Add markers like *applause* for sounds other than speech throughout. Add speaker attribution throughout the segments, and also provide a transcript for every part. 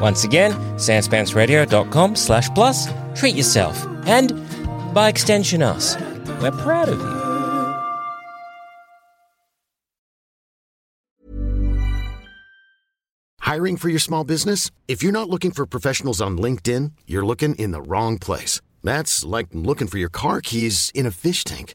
Speaker 1: Once again, sanspantsradio.com slash plus, treat yourself, and by extension us. We're proud of you.
Speaker 2: Hiring for your small business? If you're not looking for professionals on LinkedIn, you're looking in the wrong place. That's like looking for your car keys in a fish tank.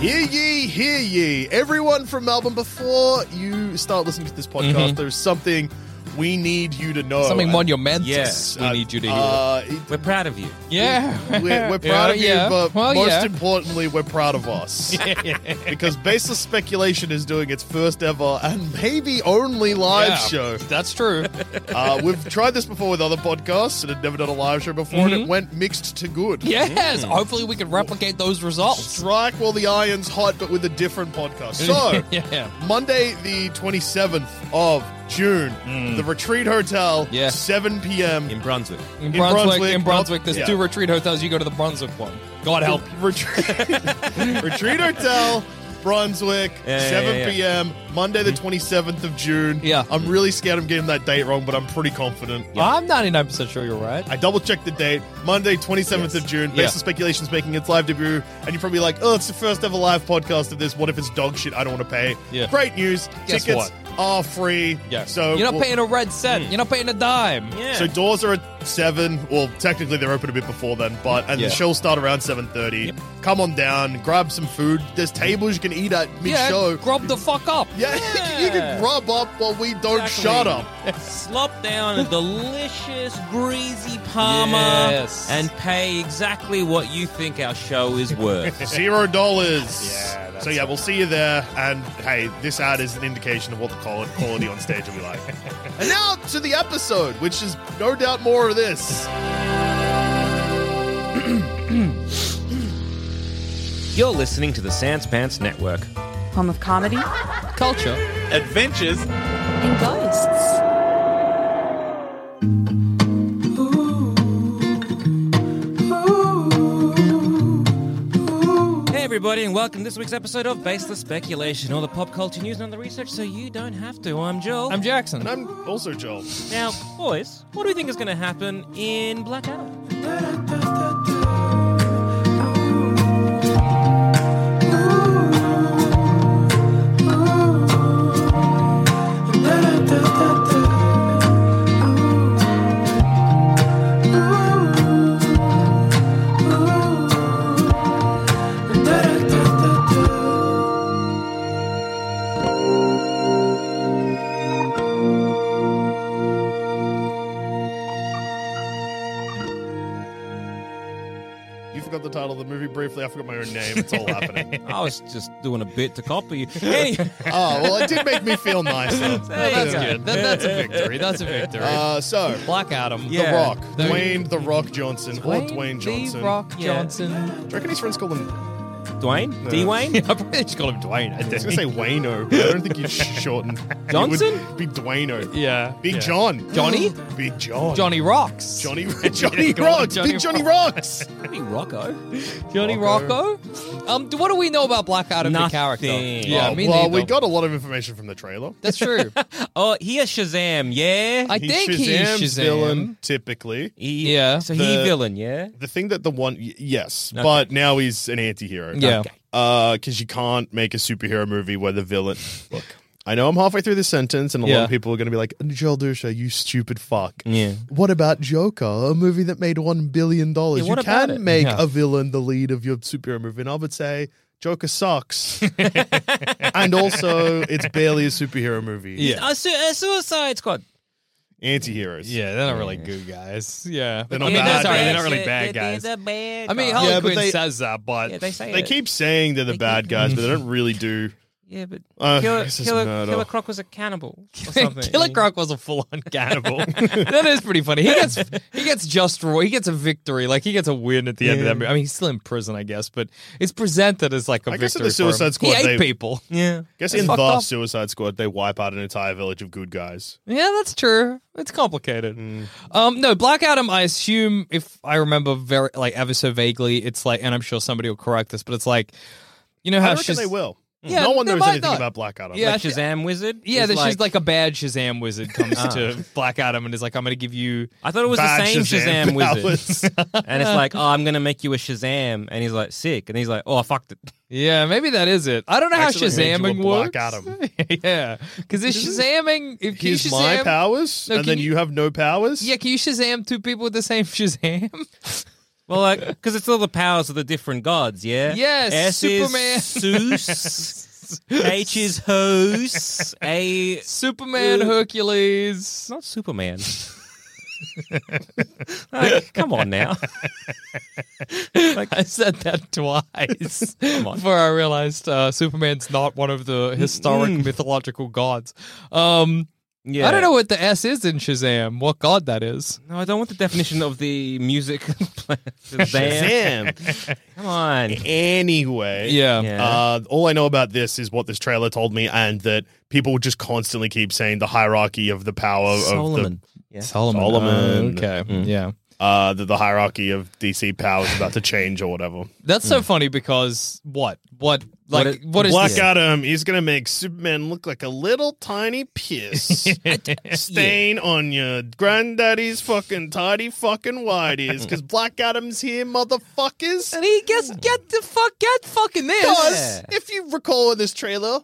Speaker 3: Hear ye, hear ye. Everyone from Melbourne, before you start listening to this podcast, there's something we need you to know.
Speaker 4: Mm-hmm. Something
Speaker 3: Oh, And,
Speaker 4: monumentous
Speaker 1: yes,
Speaker 4: we
Speaker 3: uh,
Speaker 4: need you to hear.
Speaker 3: uh, it-
Speaker 1: We're proud of you.
Speaker 4: yeah.
Speaker 3: we're,
Speaker 4: *laughs*
Speaker 3: we're proud
Speaker 4: Yeah,
Speaker 3: of you,
Speaker 4: yeah.
Speaker 3: but
Speaker 4: Well,
Speaker 3: most
Speaker 4: yeah.
Speaker 3: importantly, we're proud of
Speaker 4: *laughs*
Speaker 3: us. because Baseless Speculation is doing its first ever and maybe only live
Speaker 4: Yeah.
Speaker 3: show.
Speaker 4: That's true.
Speaker 3: *laughs* Uh, we've tried this before with other podcasts and had never done a live show before,
Speaker 4: Mm-hmm.
Speaker 3: and it went mixed to good.
Speaker 4: *laughs* yes. Hopefully we can replicate those results.
Speaker 3: Strike while the iron's hot, but with a different podcast. So,
Speaker 4: *laughs* yeah.
Speaker 3: Monday, the 27th of June, the Retreat Hotel,
Speaker 4: Hmm. Yeah.
Speaker 3: 7 p.m.
Speaker 1: In Brunswick.
Speaker 4: In, Brunswick,
Speaker 3: Brunswick,
Speaker 4: in Brunswick, there's
Speaker 3: yeah.
Speaker 4: two retreat hotels. You go to the Brunswick one. God help.
Speaker 3: Retreat, *laughs* Retreat Hotel, Brunswick,
Speaker 1: Yeah, yeah,
Speaker 3: 7
Speaker 1: yeah, yeah.
Speaker 3: p.m., Monday, the 27th of June.
Speaker 4: Hmm. Yeah.
Speaker 3: I'm really scared I'm getting that date wrong, but I'm pretty confident.
Speaker 4: I'm 99% sure you're right.
Speaker 3: I double checked the date, Monday, 27th of June. Based
Speaker 4: Yeah.
Speaker 3: on Speculation's making its live debut, and you're probably like, oh, it's the first ever live podcast of this. What if it's dog shit? I don't want to pay.
Speaker 4: Yeah.
Speaker 3: Great news.
Speaker 4: Guess
Speaker 3: Tickets are free.
Speaker 4: Yeah.
Speaker 3: So
Speaker 4: you're not
Speaker 3: we'll- hmm.
Speaker 4: paying a red cent. You're not paying a dime.
Speaker 1: Yeah.
Speaker 3: So doors are at seven. Well, technically they're open a bit before then, but and
Speaker 4: Yeah.
Speaker 3: the show'll start around seven thirty. Come on down, grab some food. There's tables you can eat at mid
Speaker 4: Yeah,
Speaker 3: show.
Speaker 4: grub the fuck up.
Speaker 3: Yeah, *laughs* you can grub up while we don't shut up.
Speaker 1: Slop down a delicious, greasy parma
Speaker 4: Yes.
Speaker 1: and pay exactly what you think our show is
Speaker 3: *laughs*
Speaker 1: worth.
Speaker 3: Zero dollars.
Speaker 4: Yeah, that's
Speaker 3: So yeah, we'll see you there. And hey, this ad is an indication of what the quali- quality on stage will be
Speaker 4: *laughs*
Speaker 3: like. and now to the episode, which is no doubt more of this.
Speaker 1: You're listening to the Sans Pants Network.
Speaker 5: home of comedy
Speaker 4: Culture.
Speaker 6: adventures.
Speaker 5: and ghosts.
Speaker 1: Hey, everybody, and welcome to this week's episode of Baseless Speculation, all the pop culture news and other research so you don't have to. I'm Joel.
Speaker 3: *laughs*
Speaker 4: I'm Jackson.
Speaker 3: And I'm also Joel.
Speaker 1: Now, boys, what do we think is going to happen in Black Adam?
Speaker 3: You forgot the title of the movie briefly. I forgot my own name. It's all
Speaker 4: *laughs*
Speaker 3: happening.
Speaker 1: I was just doing a bit to copy
Speaker 3: *laughs*
Speaker 1: you. Any-
Speaker 3: oh well, it did make me feel nice. though.
Speaker 4: that's
Speaker 3: Yeah.
Speaker 4: good. That- that's a victory. That's a victory.
Speaker 3: Uh, so
Speaker 4: Black Adam.
Speaker 1: Yeah.
Speaker 3: The Rock,
Speaker 4: The-
Speaker 3: Dwayne The Rock Johnson,
Speaker 4: Dwayne
Speaker 3: or Dwayne
Speaker 4: The
Speaker 3: Johnson.
Speaker 4: Rock
Speaker 1: Yeah.
Speaker 4: Johnson.
Speaker 3: Do you reckon his friends call him? I
Speaker 1: Dwayne? Dwayne?
Speaker 4: Yeah, I probably just called him Dwayne. I
Speaker 3: was
Speaker 4: think.
Speaker 3: gonna say Wayno, but I don't think he's shortened.
Speaker 1: Johnson?
Speaker 3: It would be Dwayno.
Speaker 4: Yeah.
Speaker 3: Big
Speaker 4: Yeah.
Speaker 3: John.
Speaker 4: Johnny?
Speaker 3: Big John.
Speaker 4: Johnny Rocks. *laughs*
Speaker 3: Johnny. Johnny
Speaker 4: Call him
Speaker 3: Rocks.
Speaker 4: Johnny
Speaker 3: Big Johnny Rocks.
Speaker 1: Maybe Rocco.
Speaker 4: Johnny Rocco. Um, do- what do we know about Black Adam the
Speaker 1: Nothing.
Speaker 4: character?
Speaker 1: Yeah,
Speaker 3: Oh,
Speaker 4: me
Speaker 3: well,
Speaker 4: neither.
Speaker 3: we got a lot of information from the trailer. *laughs*
Speaker 4: That's true.
Speaker 1: Oh, he is Shazam, yeah?
Speaker 4: I think he's
Speaker 3: Shazam's
Speaker 4: Shazam.
Speaker 3: villain typically.
Speaker 1: He-
Speaker 4: Yeah.
Speaker 1: So
Speaker 3: The-
Speaker 1: he villain, yeah?
Speaker 3: The thing that the one, y- yes, but now he's an anti-hero.
Speaker 4: Yeah.
Speaker 3: Uh, because you can't make a superhero movie where the villain. Look, I know I'm halfway through this sentence, and a lot
Speaker 4: Yeah.
Speaker 3: of people are going to be like, Joel Dusha, you stupid fuck.
Speaker 1: Yeah.
Speaker 3: What about Joker, a movie that made $1 billion?
Speaker 1: Yeah,
Speaker 3: you
Speaker 1: what about
Speaker 3: can
Speaker 1: it?
Speaker 3: make
Speaker 1: Yeah.
Speaker 3: a villain the lead of your superhero movie. And I would say, Joker sucks. and also, it's barely a superhero movie.
Speaker 4: Yeah.
Speaker 1: Uh, su- uh, Suicide Squad.
Speaker 3: Anti heroes.
Speaker 7: Yeah, they're not really good guys. Yeah,
Speaker 3: They're not
Speaker 7: I mean,
Speaker 3: bad
Speaker 7: sorry, they're
Speaker 3: guys.
Speaker 7: not really bad
Speaker 1: They're-
Speaker 7: guys.
Speaker 1: they're the bad
Speaker 4: I mean,
Speaker 1: guys.
Speaker 4: Harley
Speaker 3: Yeah, but
Speaker 4: Quinn
Speaker 3: they- *laughs*
Speaker 4: says that, but
Speaker 1: yeah, they say
Speaker 3: They
Speaker 1: it.
Speaker 3: keep saying they're the
Speaker 1: They
Speaker 3: bad
Speaker 1: keep-
Speaker 3: guys, but they don't really do.
Speaker 1: Yeah, but
Speaker 3: Uh,
Speaker 1: Killer,
Speaker 3: this is
Speaker 1: Killer,
Speaker 3: murder.
Speaker 1: Killer Croc was a
Speaker 7: *laughs*
Speaker 1: cannibal or something.
Speaker 4: Killer
Speaker 1: Yeah.
Speaker 4: Croc was
Speaker 7: a full-on
Speaker 3: *laughs*
Speaker 7: cannibal.
Speaker 4: that is pretty funny. He gets he gets just raw. He gets a victory. Like he gets a win at the end of
Speaker 3: Yeah.
Speaker 4: that movie. I mean, he's still in prison, I guess, but it's presented as like a
Speaker 3: I
Speaker 4: victory.
Speaker 3: guess in the
Speaker 4: for him.
Speaker 3: Suicide Squad,
Speaker 4: he ate
Speaker 3: they-
Speaker 4: people.
Speaker 1: Yeah.
Speaker 3: guess
Speaker 4: It's
Speaker 3: in the
Speaker 4: fucked up.
Speaker 3: Suicide Squad, they wipe out an entire village of good guys.
Speaker 4: Yeah, that's true. It's complicated.
Speaker 3: Mm.
Speaker 4: Um, no, Black Adam. I assume if I remember very like ever so vaguely, it's like, and I'm sure somebody will correct this, but it's like, you know
Speaker 3: I
Speaker 4: how
Speaker 3: reckon
Speaker 4: she's
Speaker 3: they will.
Speaker 4: Yeah,
Speaker 3: no one
Speaker 4: they
Speaker 3: knows
Speaker 4: might
Speaker 3: anything
Speaker 4: not.
Speaker 3: about Black Adam.
Speaker 4: Yeah,
Speaker 3: Like,
Speaker 1: Like Shazam Wizard?
Speaker 4: yeah,
Speaker 1: is
Speaker 4: that she's like a bad Shazam
Speaker 3: *laughs*
Speaker 4: wizard comes
Speaker 3: Ah.
Speaker 4: to Black Adam and is like, I'm going to give you.
Speaker 1: I thought it was the
Speaker 3: bad
Speaker 1: same Shazam, wizard.
Speaker 4: *laughs*
Speaker 3: powers.
Speaker 1: *laughs* and it's like, oh, I'm going to make you a Shazam. And he's like, sick. And he's like, oh, I fucked it. *laughs*
Speaker 4: Yeah, maybe that is it. I don't know how
Speaker 3: Actually made you a
Speaker 4: Shazamming
Speaker 3: Black
Speaker 4: works. *laughs*
Speaker 3: Adam.
Speaker 4: yeah, because it's Shazamming. If can you
Speaker 3: Here's my
Speaker 4: Shazam-
Speaker 3: powers,
Speaker 4: No,
Speaker 3: and
Speaker 4: can
Speaker 3: then
Speaker 4: you-
Speaker 3: you... have no powers.
Speaker 4: Yeah, can you Shazam two people with the
Speaker 3: *laughs*
Speaker 4: same *laughs* Shazam?
Speaker 1: Well, like, because it's all the powers of the different gods, yeah?
Speaker 4: Yes,
Speaker 1: S
Speaker 4: Superman.
Speaker 1: is
Speaker 4: *laughs*
Speaker 1: Zeus. H is Hose. A. It's
Speaker 4: Superman,
Speaker 3: Uh.
Speaker 4: Hercules.
Speaker 1: not Superman. Like, come on now.
Speaker 4: I *laughs* said that
Speaker 1: *laughs*
Speaker 4: twice
Speaker 1: on.
Speaker 4: before I realized uh, Superman's not one of the
Speaker 1: *laughs*
Speaker 4: historic mythological gods. Um,
Speaker 1: Yeah.
Speaker 4: I don't know what the S is in Shazam. What god that is?
Speaker 1: No, I don't want the definition of the music. *laughs* Shazam.
Speaker 3: Shazam.
Speaker 1: Come on.
Speaker 3: anyway.
Speaker 4: Yeah.
Speaker 1: Yeah.
Speaker 3: Uh, all I know about this is what this trailer told me, and that people just constantly keep saying the hierarchy of the power of
Speaker 1: Solomon. Yeah.
Speaker 4: Solomon.
Speaker 3: Solomon.
Speaker 4: Okay.
Speaker 1: Mm.
Speaker 4: Yeah.
Speaker 3: the uh, the, the hierarchy of DC power is about to change or whatever.
Speaker 4: That's so funny because what? What? Like,
Speaker 1: Mm. it-
Speaker 4: what is
Speaker 3: Black
Speaker 4: this?
Speaker 3: Adam is gonna make Superman look like a little tiny
Speaker 4: *laughs*
Speaker 3: piss stain on your granddaddy's fucking tidy fucking whiteies, because Black Adam's here, motherfuckers.
Speaker 4: And he gets get the fuck get fucking this.
Speaker 3: Because if you recall in this trailer,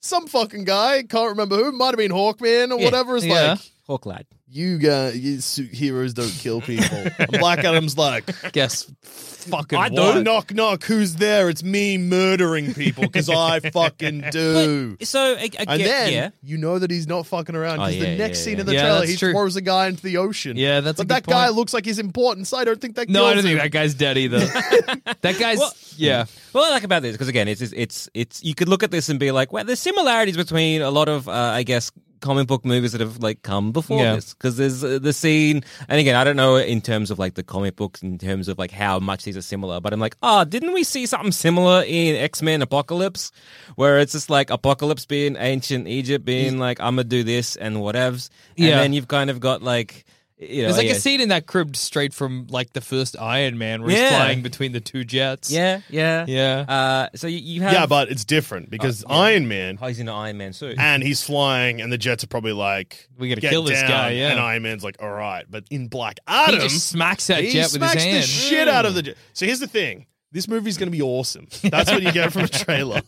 Speaker 3: some fucking guy can't remember who might have been Hawkman or whatever is
Speaker 4: Yeah.
Speaker 3: like,
Speaker 1: Hawk lad.
Speaker 3: you guys, you su- heroes don't kill
Speaker 4: *laughs*
Speaker 3: people. and Black Adam's like,
Speaker 4: Guess fucking
Speaker 3: I
Speaker 4: what?
Speaker 3: don't knock knock. Who's there? It's me murdering people because I fucking do.
Speaker 1: So, I, I get-
Speaker 3: And then
Speaker 1: yeah.
Speaker 3: you know that he's not fucking around
Speaker 1: Oh,
Speaker 3: because
Speaker 1: yeah,
Speaker 3: the next
Speaker 1: yeah,
Speaker 3: scene
Speaker 1: yeah.
Speaker 3: in the
Speaker 4: Yeah,
Speaker 3: trailer,
Speaker 4: that's
Speaker 3: he
Speaker 4: true.
Speaker 3: throws a guy into the ocean.
Speaker 4: Yeah, that's a
Speaker 3: but that
Speaker 4: good
Speaker 3: guy
Speaker 4: point.
Speaker 3: looks like he's important, so I don't think that.
Speaker 4: No, I
Speaker 3: kills
Speaker 4: don't think
Speaker 3: him.
Speaker 4: that guy's dead either.
Speaker 1: *laughs*
Speaker 4: that guy's
Speaker 1: Well- Mm.
Speaker 4: yeah.
Speaker 1: What I like about this, because again, it's it's it's you could look at this and be like, well, there's similarities between a lot of, uh, I guess, comic book movies that have like come before
Speaker 4: Yeah.
Speaker 1: this, because there's uh, the scene, and again, I don't know in terms of like the comic books, in terms of like how much these are similar, but I'm like, oh, didn't we see something similar in X Men Apocalypse, where it's just like Apocalypse being ancient Egypt, being like, I'm gonna do this and whatevs, and
Speaker 4: Yeah.
Speaker 1: then you've kind of got like, you know,
Speaker 4: There's like
Speaker 1: yeah.
Speaker 4: a scene in that cribbed straight from like the first Iron Man where he's
Speaker 1: Yeah.
Speaker 4: flying between the two jets.
Speaker 1: yeah, yeah,
Speaker 4: Yeah.
Speaker 1: Uh, so you, you have
Speaker 3: Yeah, but it's different because Iron Man
Speaker 1: oh, he's in an Iron Man suit.
Speaker 3: and he's flying, and the jets are probably like,
Speaker 4: We gotta
Speaker 3: "Get
Speaker 4: kill this
Speaker 3: down,"
Speaker 4: guy, yeah.
Speaker 3: and Iron Man's like, "All right," but in Black
Speaker 4: He
Speaker 3: Adam,
Speaker 4: just smacks that
Speaker 3: he
Speaker 4: jet with
Speaker 3: smacks
Speaker 4: his hand. Mm.
Speaker 3: the shit out of the jet. So here's the thing: this movie's gonna be awesome. That's what you get from a
Speaker 4: *laughs*
Speaker 3: trailer.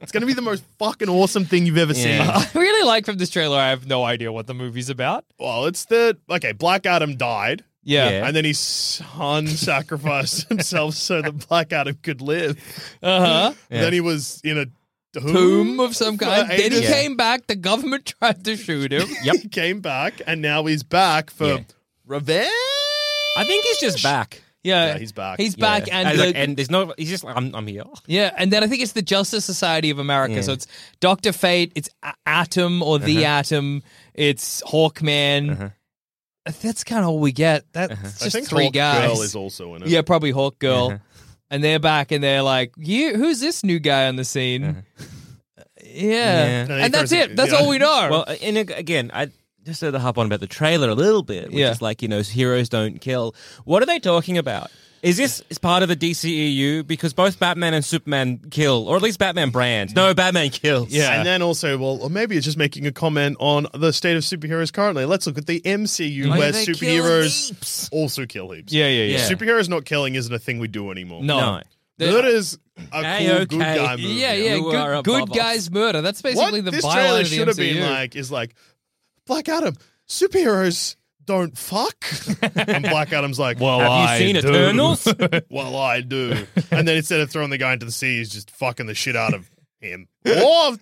Speaker 3: it's gonna be the most fucking awesome thing you've ever
Speaker 1: Yeah.
Speaker 3: seen.
Speaker 4: *laughs* I really like from this trailer. I have no idea what the movie's about.
Speaker 3: Well, it's the okay. Black Adam died.
Speaker 4: Yeah.
Speaker 1: Yeah.
Speaker 3: And then his son sacrificed *laughs* himself so that Black Adam could live.
Speaker 4: Uh huh.
Speaker 3: Then he was in a tomb.
Speaker 4: Tomb of some kind.
Speaker 3: For
Speaker 4: Then he
Speaker 3: ages.
Speaker 4: came back. The government *laughs* tried to
Speaker 3: *laughs*
Speaker 4: shoot him.
Speaker 1: Yep.
Speaker 3: *laughs* He came back, and now he's back for
Speaker 1: Yeah.
Speaker 3: revenge.
Speaker 1: I think he's just back.
Speaker 4: Yeah.
Speaker 3: Yeah, he's back.
Speaker 4: He's back,
Speaker 1: Yeah.
Speaker 4: and,
Speaker 1: he's
Speaker 4: the-
Speaker 1: like, and there's no. He's just like, I'm, I'm here.
Speaker 4: yeah, and then I think it's the Justice Society of America.
Speaker 3: Mm.
Speaker 1: Yeah.
Speaker 4: So it's Doctor Fate, it's A- Atom or the
Speaker 3: Uh-huh.
Speaker 4: Atom, it's Hawkman. That's kind of all we get. That's
Speaker 3: Uh-huh. I
Speaker 4: just
Speaker 3: think
Speaker 4: three
Speaker 3: Hawk
Speaker 4: guys.
Speaker 3: Girl is also in it.
Speaker 4: Yeah, probably Hawk Girl.
Speaker 3: Uh-huh.
Speaker 4: And they're back and they're like, you, who's this new guy on the scene? Yeah.
Speaker 1: Yeah.
Speaker 3: Uh-huh. No,
Speaker 4: And that's
Speaker 3: he throws-
Speaker 4: it. That's
Speaker 3: yeah.
Speaker 4: all we know.
Speaker 1: Well, and ag- again, I just to hop on about the trailer a little bit, which
Speaker 4: Yeah.
Speaker 1: is like you know, heroes don't kill. What are they talking about? Is this is part of the DCEU? Because both Batman and Superman kill, or at least Batman brands. No, Batman kills.
Speaker 3: And then also, well, or maybe it's just making a comment on the state of superheroes currently. Let's look at the MCU where
Speaker 1: they kill
Speaker 3: superheroes
Speaker 1: heaps.
Speaker 3: also kill heaps.
Speaker 4: yeah, yeah,
Speaker 1: yeah.
Speaker 3: Superheroes not killing isn't a thing we do anymore.
Speaker 4: *laughs* No.
Speaker 1: No.
Speaker 4: They-
Speaker 3: Good is a
Speaker 7: Hey,
Speaker 3: cool
Speaker 7: okay.
Speaker 3: good guy movie.
Speaker 4: yeah, yeah,
Speaker 7: You are
Speaker 4: good,
Speaker 7: above
Speaker 4: good
Speaker 7: us.
Speaker 4: guys murder. That's basically
Speaker 3: what
Speaker 4: the
Speaker 3: this
Speaker 4: violin
Speaker 3: trailer
Speaker 4: of the
Speaker 3: should have been
Speaker 4: MCU.
Speaker 3: like is like Black Adam superheroes don't
Speaker 4: *laughs*
Speaker 3: fuck, and Black Adam's like, well,
Speaker 7: Have you seen *laughs* Eternals?
Speaker 3: well, I do. And then instead of throwing the guy into the sea, he's just fucking the shit out of him. Or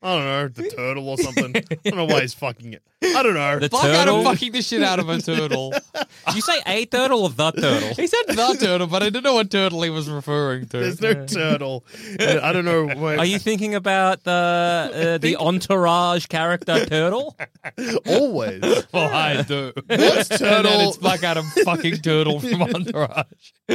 Speaker 3: I don't know, the turtle or something. I don't know why he's fucking it. I don't know.
Speaker 7: The
Speaker 4: Black Adam
Speaker 7: turtle?
Speaker 4: fucking the shit out of a
Speaker 3: *laughs*
Speaker 4: turtle.
Speaker 7: Did you say a turtle or the turtle?
Speaker 4: *laughs* he said the turtle, but I didn't know what turtle he was referring to.
Speaker 3: There's no turtle. And I don't know. Wait,
Speaker 7: Are you thinking about *laughs* the uh, the entourage character turtle?
Speaker 3: always?
Speaker 4: well, I do.
Speaker 3: What's
Speaker 4: *laughs* And then *laughs*
Speaker 3: turtle?
Speaker 4: it's Black Adam fucking turtle *laughs* from Entourage.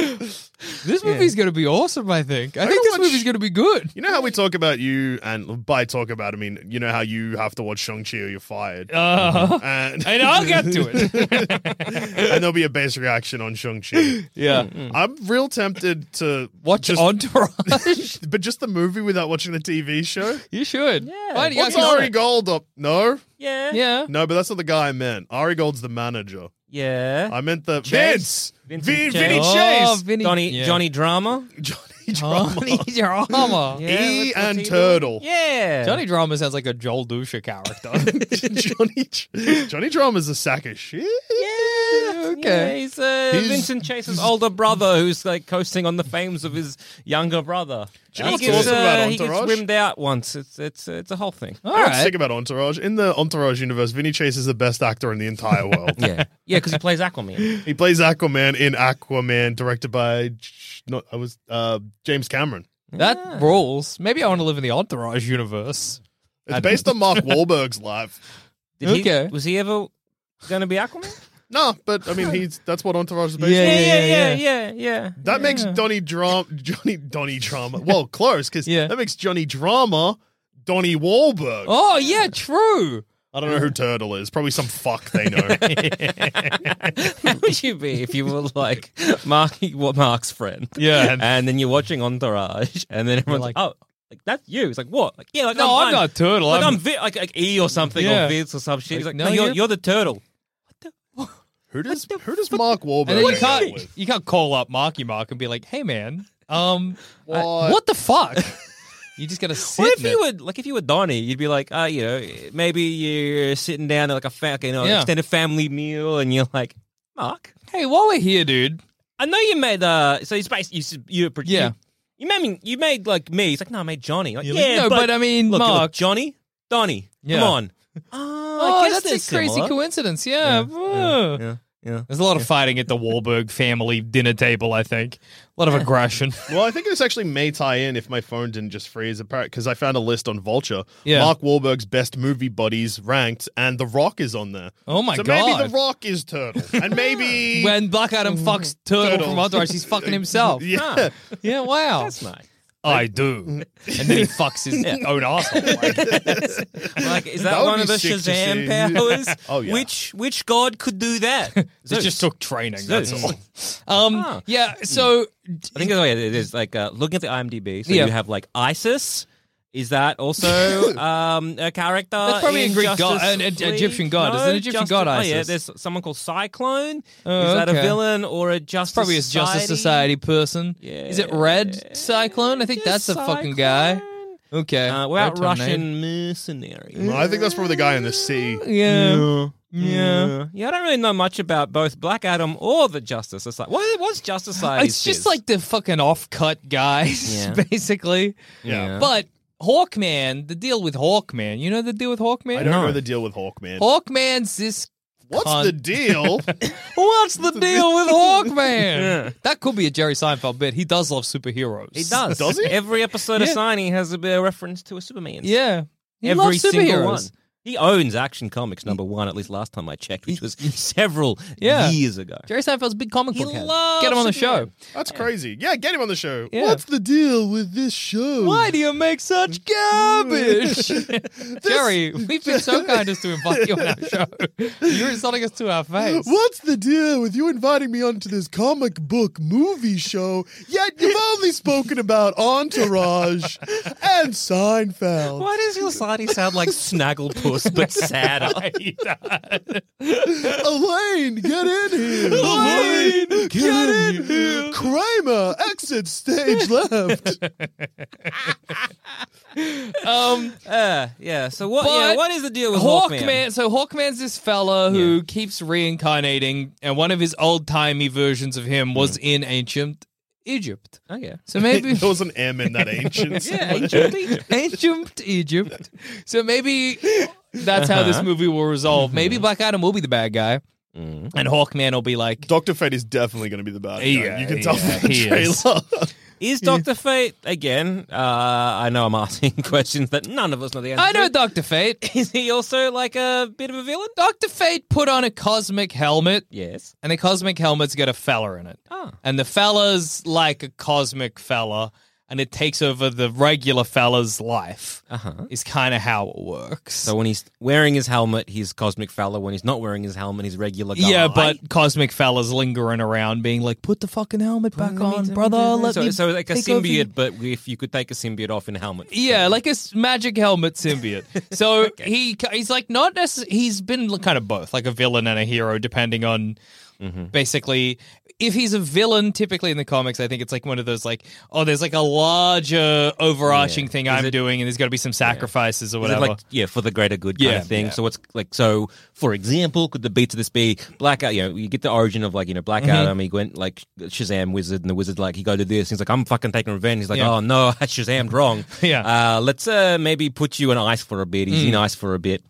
Speaker 4: this movie's going to be awesome, I think. I, think
Speaker 3: gotta
Speaker 4: this
Speaker 3: watch-
Speaker 4: movie's going to be good.
Speaker 3: you know how we talk about you, and by talk about, I mean, you know how you have to watch Shang-Chi or you're fired.
Speaker 7: Uh-huh.
Speaker 4: Uh,
Speaker 3: and,
Speaker 4: and I'll get to it.
Speaker 3: and there'll be a base reaction on
Speaker 7: *laughs*
Speaker 3: Shang-Chi.
Speaker 4: *laughs* yeah.
Speaker 7: Mm-hmm.
Speaker 3: I'm real tempted to
Speaker 4: Watch
Speaker 3: just,
Speaker 4: Entourage.
Speaker 3: *laughs* but just the movie without watching the TV show.
Speaker 4: *laughs* you should. Yeah. Why,
Speaker 3: What's Ari Gold up? No,
Speaker 7: *laughs* Yeah.
Speaker 4: Yeah.
Speaker 3: no, but that's not the guy I meant. Ari Gold's the manager.
Speaker 7: Yeah.
Speaker 3: I meant the
Speaker 7: Chase?
Speaker 3: Vince,
Speaker 7: Vincent
Speaker 3: Vin, Vinny
Speaker 7: Chase. Oh.
Speaker 4: Oh,
Speaker 3: Chase,
Speaker 4: Vinny.
Speaker 7: Johnny
Speaker 4: yeah.
Speaker 7: Johnny Drama.
Speaker 3: Johnny
Speaker 7: *laughs*
Speaker 4: *laughs*
Speaker 3: Drama,
Speaker 4: Johnny *laughs* Drama.
Speaker 7: Yeah,
Speaker 3: E
Speaker 7: what's- what's
Speaker 3: and
Speaker 7: he doing?
Speaker 3: Turtle.
Speaker 7: Yeah.
Speaker 4: Johnny Drama sounds like a Joel Dusha *laughs* character. *laughs*
Speaker 3: Johnny Johnny Drama's a sack of shit.
Speaker 7: Yeah.
Speaker 4: okay.
Speaker 7: Yeah, he's uh,
Speaker 3: He's-
Speaker 7: Vincent Chase's older brother who's like coasting on the fames of his younger brother.
Speaker 3: you know
Speaker 7: he
Speaker 3: what's
Speaker 7: gets, uh,
Speaker 3: awesome about
Speaker 7: he gets
Speaker 3: Entourage?
Speaker 7: rimmed out once. It's it's it's a whole thing.
Speaker 4: All
Speaker 3: I'm
Speaker 4: right.
Speaker 3: sick about Entourage. In the Entourage universe, Vinny Chase is the best actor in the
Speaker 7: *laughs*
Speaker 3: entire world.
Speaker 7: Yeah. Yeah, because he plays Aquaman.
Speaker 3: He plays Aquaman in Aquaman, directed by sh- no, I was uh, James Cameron.
Speaker 4: That rules. Maybe I want to live in the Entourage universe.
Speaker 3: It's based on
Speaker 4: *laughs*
Speaker 3: Mark Wahlberg's life.
Speaker 7: Did he,
Speaker 4: Okay.
Speaker 7: Was he ever going to be Aquaman?
Speaker 3: No, but I mean, he's that's what Entourage is based
Speaker 4: Yeah,
Speaker 3: on.
Speaker 4: yeah,
Speaker 7: yeah, yeah, yeah, yeah.
Speaker 3: That makes Donny Drama Johnny Donny Drama. Well, close because
Speaker 4: Yeah.
Speaker 3: that makes Johnny Drama Donny Wahlberg.
Speaker 4: Oh, yeah,
Speaker 7: *laughs*
Speaker 4: true.
Speaker 3: I don't know who Turtle is. Probably some fuck they
Speaker 4: *laughs*
Speaker 3: know.
Speaker 7: How would you be if you were like Mark, what Mark's friend?
Speaker 4: Yeah.
Speaker 7: And then you're watching Entourage, *laughs* and then everyone's like,
Speaker 4: like-
Speaker 7: "Oh, like that's you." It's like what? Like, yeah, like
Speaker 4: No, I'm
Speaker 7: I'm
Speaker 4: not Turtle.
Speaker 7: Like
Speaker 4: I'm-
Speaker 7: I'm Vi- like, like E or something
Speaker 4: Yeah.
Speaker 7: or Vince or some shit. He's
Speaker 4: Like,
Speaker 7: like,
Speaker 4: no,
Speaker 7: "No, you're
Speaker 4: you-
Speaker 7: you're the turtle."
Speaker 3: who does
Speaker 7: the
Speaker 3: who does Mark Wahlberg?
Speaker 4: And then you
Speaker 3: hang out
Speaker 4: can't
Speaker 3: with?
Speaker 4: you can't call up Marky Mark and be like, "Hey man,
Speaker 7: *laughs*
Speaker 4: um, I-
Speaker 3: What?
Speaker 4: what the fuck?" you just gotta sit.
Speaker 7: What if
Speaker 4: in
Speaker 7: *laughs* you
Speaker 4: it.
Speaker 7: were like if you were Donnie, you'd be like, uh, you know, maybe you're sitting down at like a fa- you know
Speaker 4: Yeah.
Speaker 7: extended family meal, and you're like, Mark,
Speaker 4: Hey, while we're here, dude.
Speaker 7: I know you made uh, so he's basically you s- you pro-
Speaker 4: Yeah.
Speaker 7: You, you made me. You made like me. He's like, no, I made Johnny. Like,
Speaker 4: You're like,
Speaker 7: yeah,
Speaker 4: no, but I mean,
Speaker 7: look,
Speaker 4: Mark.
Speaker 7: look, Johnny, Donnie,
Speaker 4: Yeah. *laughs*
Speaker 7: come on.
Speaker 4: oh,
Speaker 7: Oh, I guess
Speaker 4: that's a
Speaker 7: they're
Speaker 4: crazy
Speaker 7: similar.
Speaker 4: coincidence. Yeah. whoa.
Speaker 7: Yeah, yeah.
Speaker 4: There's a lot of fighting at the Wahlberg family dinner table. I think a
Speaker 7: *laughs*
Speaker 4: lot of aggression.
Speaker 3: Well, I think this actually may tie in if my phone didn't just freeze apart because I found a list on Vulture.
Speaker 4: Yeah.
Speaker 3: Mark Wahlberg's best movie buddies ranked, and The Rock is on there.
Speaker 4: Oh my
Speaker 3: so
Speaker 4: god!
Speaker 3: maybe The Rock is Turtle, and
Speaker 4: *laughs*
Speaker 3: maybe *laughs*
Speaker 4: when Black Adam fucks
Speaker 7: Mm-hmm.
Speaker 4: Turtle,
Speaker 3: Turtle.
Speaker 4: from Entourage, he's
Speaker 7: *laughs*
Speaker 4: fucking himself.
Speaker 3: yeah,
Speaker 7: Ah,
Speaker 4: Yeah, wow. *laughs*
Speaker 7: that's nice.
Speaker 4: I do. *laughs* And then he fucks
Speaker 7: *laughs*
Speaker 4: his *laughs* Oh, own asshole.
Speaker 7: Like, is that,
Speaker 3: That would
Speaker 7: one
Speaker 3: be
Speaker 7: of the
Speaker 3: sick to
Speaker 7: Shazam
Speaker 3: see.
Speaker 7: powers?
Speaker 4: *laughs*
Speaker 3: Oh, yeah.
Speaker 7: Which which god could do that?
Speaker 4: It just took training. That's
Speaker 7: Zeus.
Speaker 4: all. Um,
Speaker 7: Ah.
Speaker 4: Yeah. So
Speaker 7: I think oh, yeah, it is like uh, looking at the IMDb. So
Speaker 4: Yeah.
Speaker 7: you have like ISIS. Is
Speaker 4: *laughs*
Speaker 7: that also um, a character?
Speaker 4: That's probably a
Speaker 7: in
Speaker 4: Greek god-
Speaker 7: Justice
Speaker 4: an- an
Speaker 7: League?
Speaker 4: Egyptian god. It's an
Speaker 7: No,
Speaker 4: Egyptian
Speaker 7: Justice-
Speaker 4: god,
Speaker 7: Oh yeah,
Speaker 4: Isis.
Speaker 7: there's someone called Cyclone.
Speaker 4: Oh,
Speaker 7: is that
Speaker 4: okay.
Speaker 7: a villain or a Justice?
Speaker 4: probably is Justice Society person. Is it Red Cyclone? I think that's a fucking guy.
Speaker 7: Cyclone.
Speaker 4: Okay.
Speaker 7: Uh,
Speaker 4: Red
Speaker 7: without
Speaker 4: Terminator.
Speaker 7: Russian mercenary.
Speaker 4: Mm.
Speaker 3: No, I think that's probably the guy in the sea.
Speaker 4: Yeah. Yeah.
Speaker 7: Yeah, I don't really know much about both Black Adam or the Justice Society. What was Justice Society?
Speaker 4: It's just like the fucking off-cut guys,
Speaker 7: Yeah.
Speaker 4: *laughs* basically.
Speaker 3: Yeah.
Speaker 4: But Hawkman, the deal with Hawkman, you know the deal with Hawkman?
Speaker 3: I don't know the deal with Hawkman.
Speaker 4: Hawkman's this.
Speaker 3: What's
Speaker 4: cunt.
Speaker 3: the
Speaker 4: *laughs*
Speaker 3: deal?
Speaker 4: What's
Speaker 7: *laughs*
Speaker 4: the deal with Hawkman? That could be a Jerry Seinfeld bit. He does love superheroes.
Speaker 7: he does.
Speaker 3: Does he?
Speaker 7: Every episode of
Speaker 4: Yeah.
Speaker 7: Signing has a bit of reference to a Superman.
Speaker 4: *laughs* Yeah. He
Speaker 7: every
Speaker 4: loves
Speaker 7: single one.
Speaker 4: superheroes.
Speaker 7: He owns Action Comics number one, at least last time I checked, which *laughs* was several
Speaker 4: Yeah.
Speaker 7: years ago.
Speaker 4: Jerry Seinfeld's a big comic
Speaker 7: He
Speaker 4: book head.
Speaker 7: loves
Speaker 4: Get him on the show.
Speaker 7: Superman.
Speaker 3: That's crazy. Yeah, get him on the show.
Speaker 4: Yeah.
Speaker 3: What's the deal with this show?
Speaker 4: Why do you make
Speaker 3: *laughs*
Speaker 4: such garbage? Jerry, we've been so kind as to invite you on
Speaker 3: *laughs*
Speaker 4: our show. You're insulting us to our face.
Speaker 3: What's the deal with you inviting me onto this comic book movie show? Yet you've only spoken about Entourage and Seinfeld.
Speaker 7: *laughs* Why does your Society sound like Snagglepuss? course, but *laughs* sadder.
Speaker 1: He died.
Speaker 3: Elaine,
Speaker 4: *laughs*
Speaker 3: get in here.
Speaker 1: Elaine,
Speaker 3: get, in here. Kramer, exit stage
Speaker 4: *laughs*
Speaker 3: left.
Speaker 4: Um,
Speaker 7: Uh, yeah. So what? yeah.
Speaker 4: But
Speaker 7: What is the deal with Hawkman?
Speaker 4: Hawkman. So Hawkman's this fella who keeps reincarnating, and one of his old timey versions of him was in ancient Egypt.
Speaker 7: Okay.
Speaker 4: So *laughs* maybe E-,
Speaker 3: there was an M in that ancient.
Speaker 7: Yeah,
Speaker 4: *laughs*
Speaker 7: ancient Egypt.
Speaker 4: ancient Egypt. So maybe that's how this movie will resolve. Maybe Black Adam will be the bad guy, and Hawkman will be like,
Speaker 3: Doctor Fate is definitely going to be the bad guy.
Speaker 4: Yeah,
Speaker 3: you can tell
Speaker 4: yeah,
Speaker 3: from the
Speaker 4: he is.
Speaker 3: trailer.
Speaker 7: Is Doctor Fate again? Uh, I know I'm asking *laughs* questions that none of us know the *laughs* answer.
Speaker 4: "I know
Speaker 7: to.
Speaker 4: Doctor Fate."
Speaker 7: Is he also like a bit of a villain?
Speaker 4: Doctor Fate put on a cosmic helmet,
Speaker 7: Yes.
Speaker 4: and the cosmic helmet's got a fella in it,
Speaker 7: Ah.
Speaker 4: and the fella's like a cosmic fella, and it takes over the regular fella's life.
Speaker 7: Uh huh.
Speaker 4: Is kind of how it works.
Speaker 7: So when he's wearing his helmet, he's cosmic fella. When he's not wearing his helmet, he's regular guy.
Speaker 4: Yeah, but cosmic fellas lingering around, being like, "Put the fucking helmet back on, brother. Let
Speaker 7: so,
Speaker 4: me
Speaker 7: so like a
Speaker 4: take over your-
Speaker 7: symbiote, but if you could take a symbiote off in a helmet.
Speaker 4: Yeah, like a s- magic helmet
Speaker 7: *laughs*
Speaker 4: symbiote. So he he's like not necessarily. He's been kind of both, like a villain and a hero, depending on
Speaker 7: Mm-hmm.
Speaker 4: basically. If he's a villain, typically in the comics, I think it's like one of those like, oh, there's like a larger overarching
Speaker 7: Yeah.
Speaker 4: thing
Speaker 7: Is
Speaker 4: I'm
Speaker 7: it-
Speaker 4: doing, and there's got to be some sacrifices or
Speaker 7: Is it
Speaker 4: whatever.
Speaker 7: like yeah, for the greater good kind
Speaker 4: Yeah,
Speaker 7: of thing.
Speaker 4: yeah.
Speaker 7: So what's like so for example, could the beats of this be Black Adam? You know, you get the origin of like you know Black
Speaker 4: Mm-hmm.
Speaker 7: Adam. He went like Shazam wizard, and the wizard like he go to this. He's like I'm fucking taking revenge. He's like
Speaker 4: Yeah.
Speaker 7: oh no, *laughs* I Shazammed wrong.
Speaker 4: *laughs* Yeah. Mm.
Speaker 7: uh, let's uh, maybe put you in ice for a bit. He's in ice for a bit.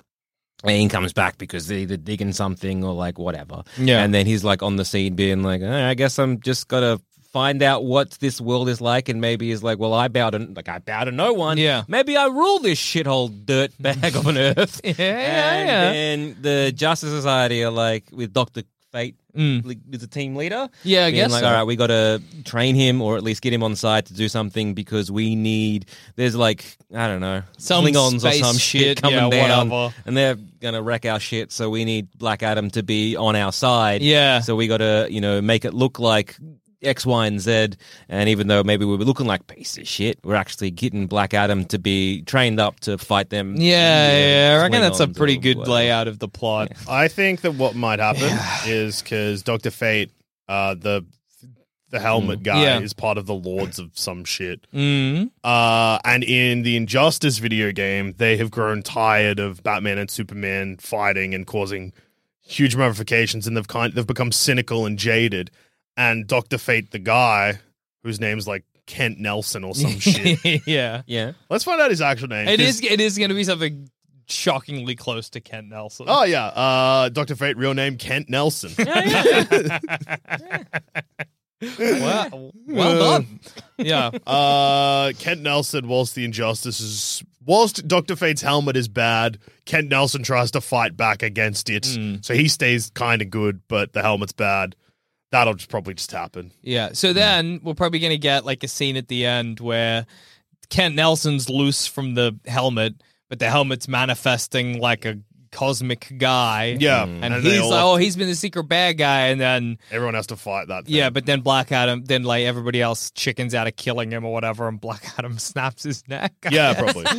Speaker 7: And he comes back because they're either digging something or like whatever.
Speaker 4: Yeah.
Speaker 7: And then he's like on the scene being like, "All right, I guess I'm just gotta find out what this world is like and maybe he's like, Well I bow to like I bow to no one.
Speaker 4: Yeah.
Speaker 7: Maybe I rule this shithole dirt *laughs* bag of an earth.
Speaker 4: *laughs* Yeah, yeah,
Speaker 7: and
Speaker 4: yeah.
Speaker 7: then the Justice Society are like with Doctor Fate
Speaker 4: Mm.
Speaker 7: like, is the team leader.
Speaker 4: Yeah, I
Speaker 7: being
Speaker 4: guess
Speaker 7: like,
Speaker 4: so.
Speaker 7: all right, we got to train him or at least get him on side to do something because we need. There's like I don't know,
Speaker 4: Some
Speaker 7: Klingons or
Speaker 4: space
Speaker 7: some
Speaker 4: shit,
Speaker 7: coming
Speaker 4: yeah,
Speaker 7: down,
Speaker 4: whatever.
Speaker 7: and they're gonna wreck our shit. So we need Black Adam to be on our side.
Speaker 4: Yeah.
Speaker 7: So we got to you know make it look like. X, Y, and Z, and even though maybe we were looking like pieces of shit, we're actually getting Black Adam to be trained up to fight them.
Speaker 4: yeah, yeah. I reckon that's a
Speaker 7: Klingons or
Speaker 4: pretty good
Speaker 7: whatever.
Speaker 4: layout of the plot.
Speaker 3: I think that what might happen is because Doctor Fate, uh, the the helmet guy,
Speaker 4: Mm. Yeah.
Speaker 3: is part of the Lords of some shit.
Speaker 4: *laughs* Mm.
Speaker 3: Uh, and in the Injustice video game, they have grown tired of Batman and Superman fighting and causing huge ramifications, and they've kind they've become cynical and jaded. And Doctor Fate, the guy whose name's like Kent Nelson or
Speaker 4: *laughs*
Speaker 3: some shit.
Speaker 4: yeah.
Speaker 7: Yeah.
Speaker 3: Let's find out his actual name.
Speaker 4: It
Speaker 3: 'cause-
Speaker 4: is. It is going to be something shockingly close to Ken Nelson.
Speaker 3: Oh yeah, uh, Doctor Fate, real name Kent Nelson.
Speaker 4: well, well done. *laughs* Yeah.
Speaker 3: Uh, Kent Nelson, whilst the injustice is, whilst Doctor Fate's helmet is bad, Kent Nelson tries to fight back against it.
Speaker 4: Hmm.
Speaker 3: So he stays kind of good, but the helmet's bad. That'll just probably just happen.
Speaker 4: Yeah. So then we're probably going to get like a scene at the end where Kent Nelson's loose from the helmet, but the helmet's manifesting like a cosmic guy.
Speaker 3: Yeah,
Speaker 4: And,
Speaker 3: and they
Speaker 4: he's
Speaker 3: all-
Speaker 4: like, oh, he's been the secret bad guy. And then,
Speaker 3: Everyone has to fight that. Thing.
Speaker 4: yeah, but then Black Adam, then like everybody else chickens out of killing him or whatever. And Black Adam *laughs* snaps his neck.
Speaker 3: yeah, probably.
Speaker 4: *laughs*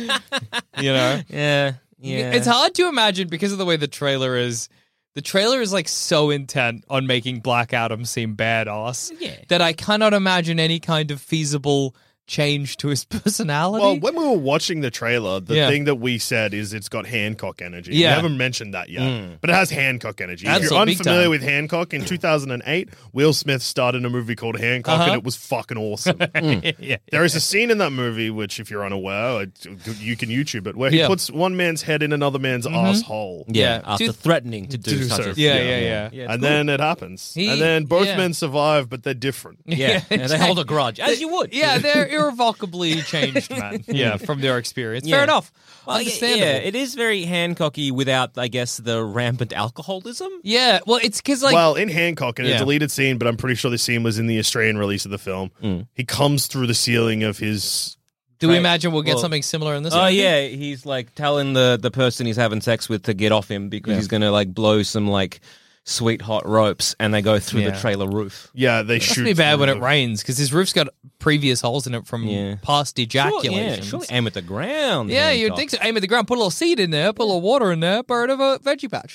Speaker 4: You know?
Speaker 7: Yeah. Yeah.
Speaker 4: It's hard to imagine because of the way the trailer is. The trailer is like so intent on making Black Adam seem badass
Speaker 7: Yeah.
Speaker 4: that I cannot imagine any kind of feasible change to his *laughs* personality.
Speaker 3: well, when we were watching the trailer, the
Speaker 4: Yeah.
Speaker 3: thing that we said is it's got Hancock energy.
Speaker 4: Yeah.
Speaker 3: We haven't mentioned that yet, but it has Hancock energy. if you're
Speaker 4: Absolutely, big
Speaker 3: unfamiliar
Speaker 4: time.
Speaker 3: with Hancock, in 2008, Will Smith started a movie called Hancock,
Speaker 4: Uh-huh.
Speaker 3: and it was fucking
Speaker 4: *laughs*
Speaker 3: awesome. There is a scene in that movie, which, if you're unaware, it- you can YouTube it, where he
Speaker 4: Yeah. Mm-hmm.
Speaker 3: puts one man's head in another man's asshole.
Speaker 7: Yeah,
Speaker 4: Yeah.
Speaker 7: after
Speaker 4: Do-
Speaker 7: threatening to do,
Speaker 3: do
Speaker 7: such
Speaker 3: so.
Speaker 4: yeah,
Speaker 7: a thing.
Speaker 4: yeah, yeah, yeah.
Speaker 7: Yeah,
Speaker 3: and
Speaker 7: *laughs*
Speaker 3: then it happens.
Speaker 4: He-
Speaker 3: and then both
Speaker 4: yeah.
Speaker 3: men survive, but they're different.
Speaker 4: *laughs*
Speaker 7: Yeah,
Speaker 4: Yeah,
Speaker 7: they hold a grudge as you would. *laughs*
Speaker 4: they're irrevocably changed, man. Yeah, from their experience.
Speaker 7: Yeah.
Speaker 4: Fair enough.
Speaker 7: Well, yeah,
Speaker 4: Understandable.
Speaker 7: Yeah, it is very Hancocky without, I guess, the rampant alcoholism.
Speaker 4: Yeah, well, it's because like
Speaker 3: well, in Hancock, in a
Speaker 4: Yeah.
Speaker 3: deleted scene, but I'm pretty sure the scene was in the Australian release of the film,
Speaker 4: Hmm.
Speaker 3: he comes through the ceiling of his.
Speaker 4: do we imagine we'll get
Speaker 7: Well-
Speaker 4: something similar in this?
Speaker 7: Oh
Speaker 4: one?
Speaker 7: yeah, he's like telling the the person he's having sex with to get off him because he's gonna like blow some like sweet hot ropes and they go through the
Speaker 4: Yeah.
Speaker 7: trailer roof.
Speaker 3: Yeah, they
Speaker 4: It
Speaker 3: shoot.
Speaker 4: must be bad
Speaker 3: through
Speaker 4: when it
Speaker 3: the-
Speaker 4: rains because his roof's got previous holes in it from
Speaker 7: Yeah.
Speaker 4: past
Speaker 7: yeah,
Speaker 4: ejaculations.
Speaker 7: surely aim at the ground.
Speaker 4: Yeah, you'd
Speaker 7: Hancock.
Speaker 4: think so. Aim at the ground, put a little seed in there, put a little water in there, burn of a veggie patch.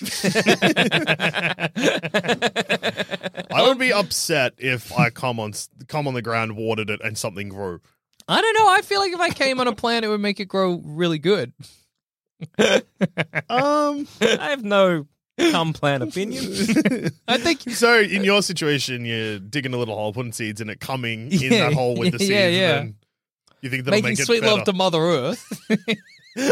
Speaker 4: *laughs*
Speaker 3: I would be upset if I come on s- come on the ground, watered it, and something grew.
Speaker 4: I don't know. I feel like if I came on a plant, it would make it grow really good.
Speaker 3: Um.
Speaker 7: I have no cum plan *laughs* opinion.
Speaker 4: I think.
Speaker 3: So in your situation, you're digging a little hole, putting seeds in it, coming in
Speaker 4: Yeah,
Speaker 3: that hole with the
Speaker 4: *laughs* yeah,
Speaker 3: seeds.
Speaker 4: yeah.
Speaker 3: And then you think that'll
Speaker 4: Making
Speaker 3: make it
Speaker 4: sweet
Speaker 3: better.
Speaker 4: love to Mother Earth,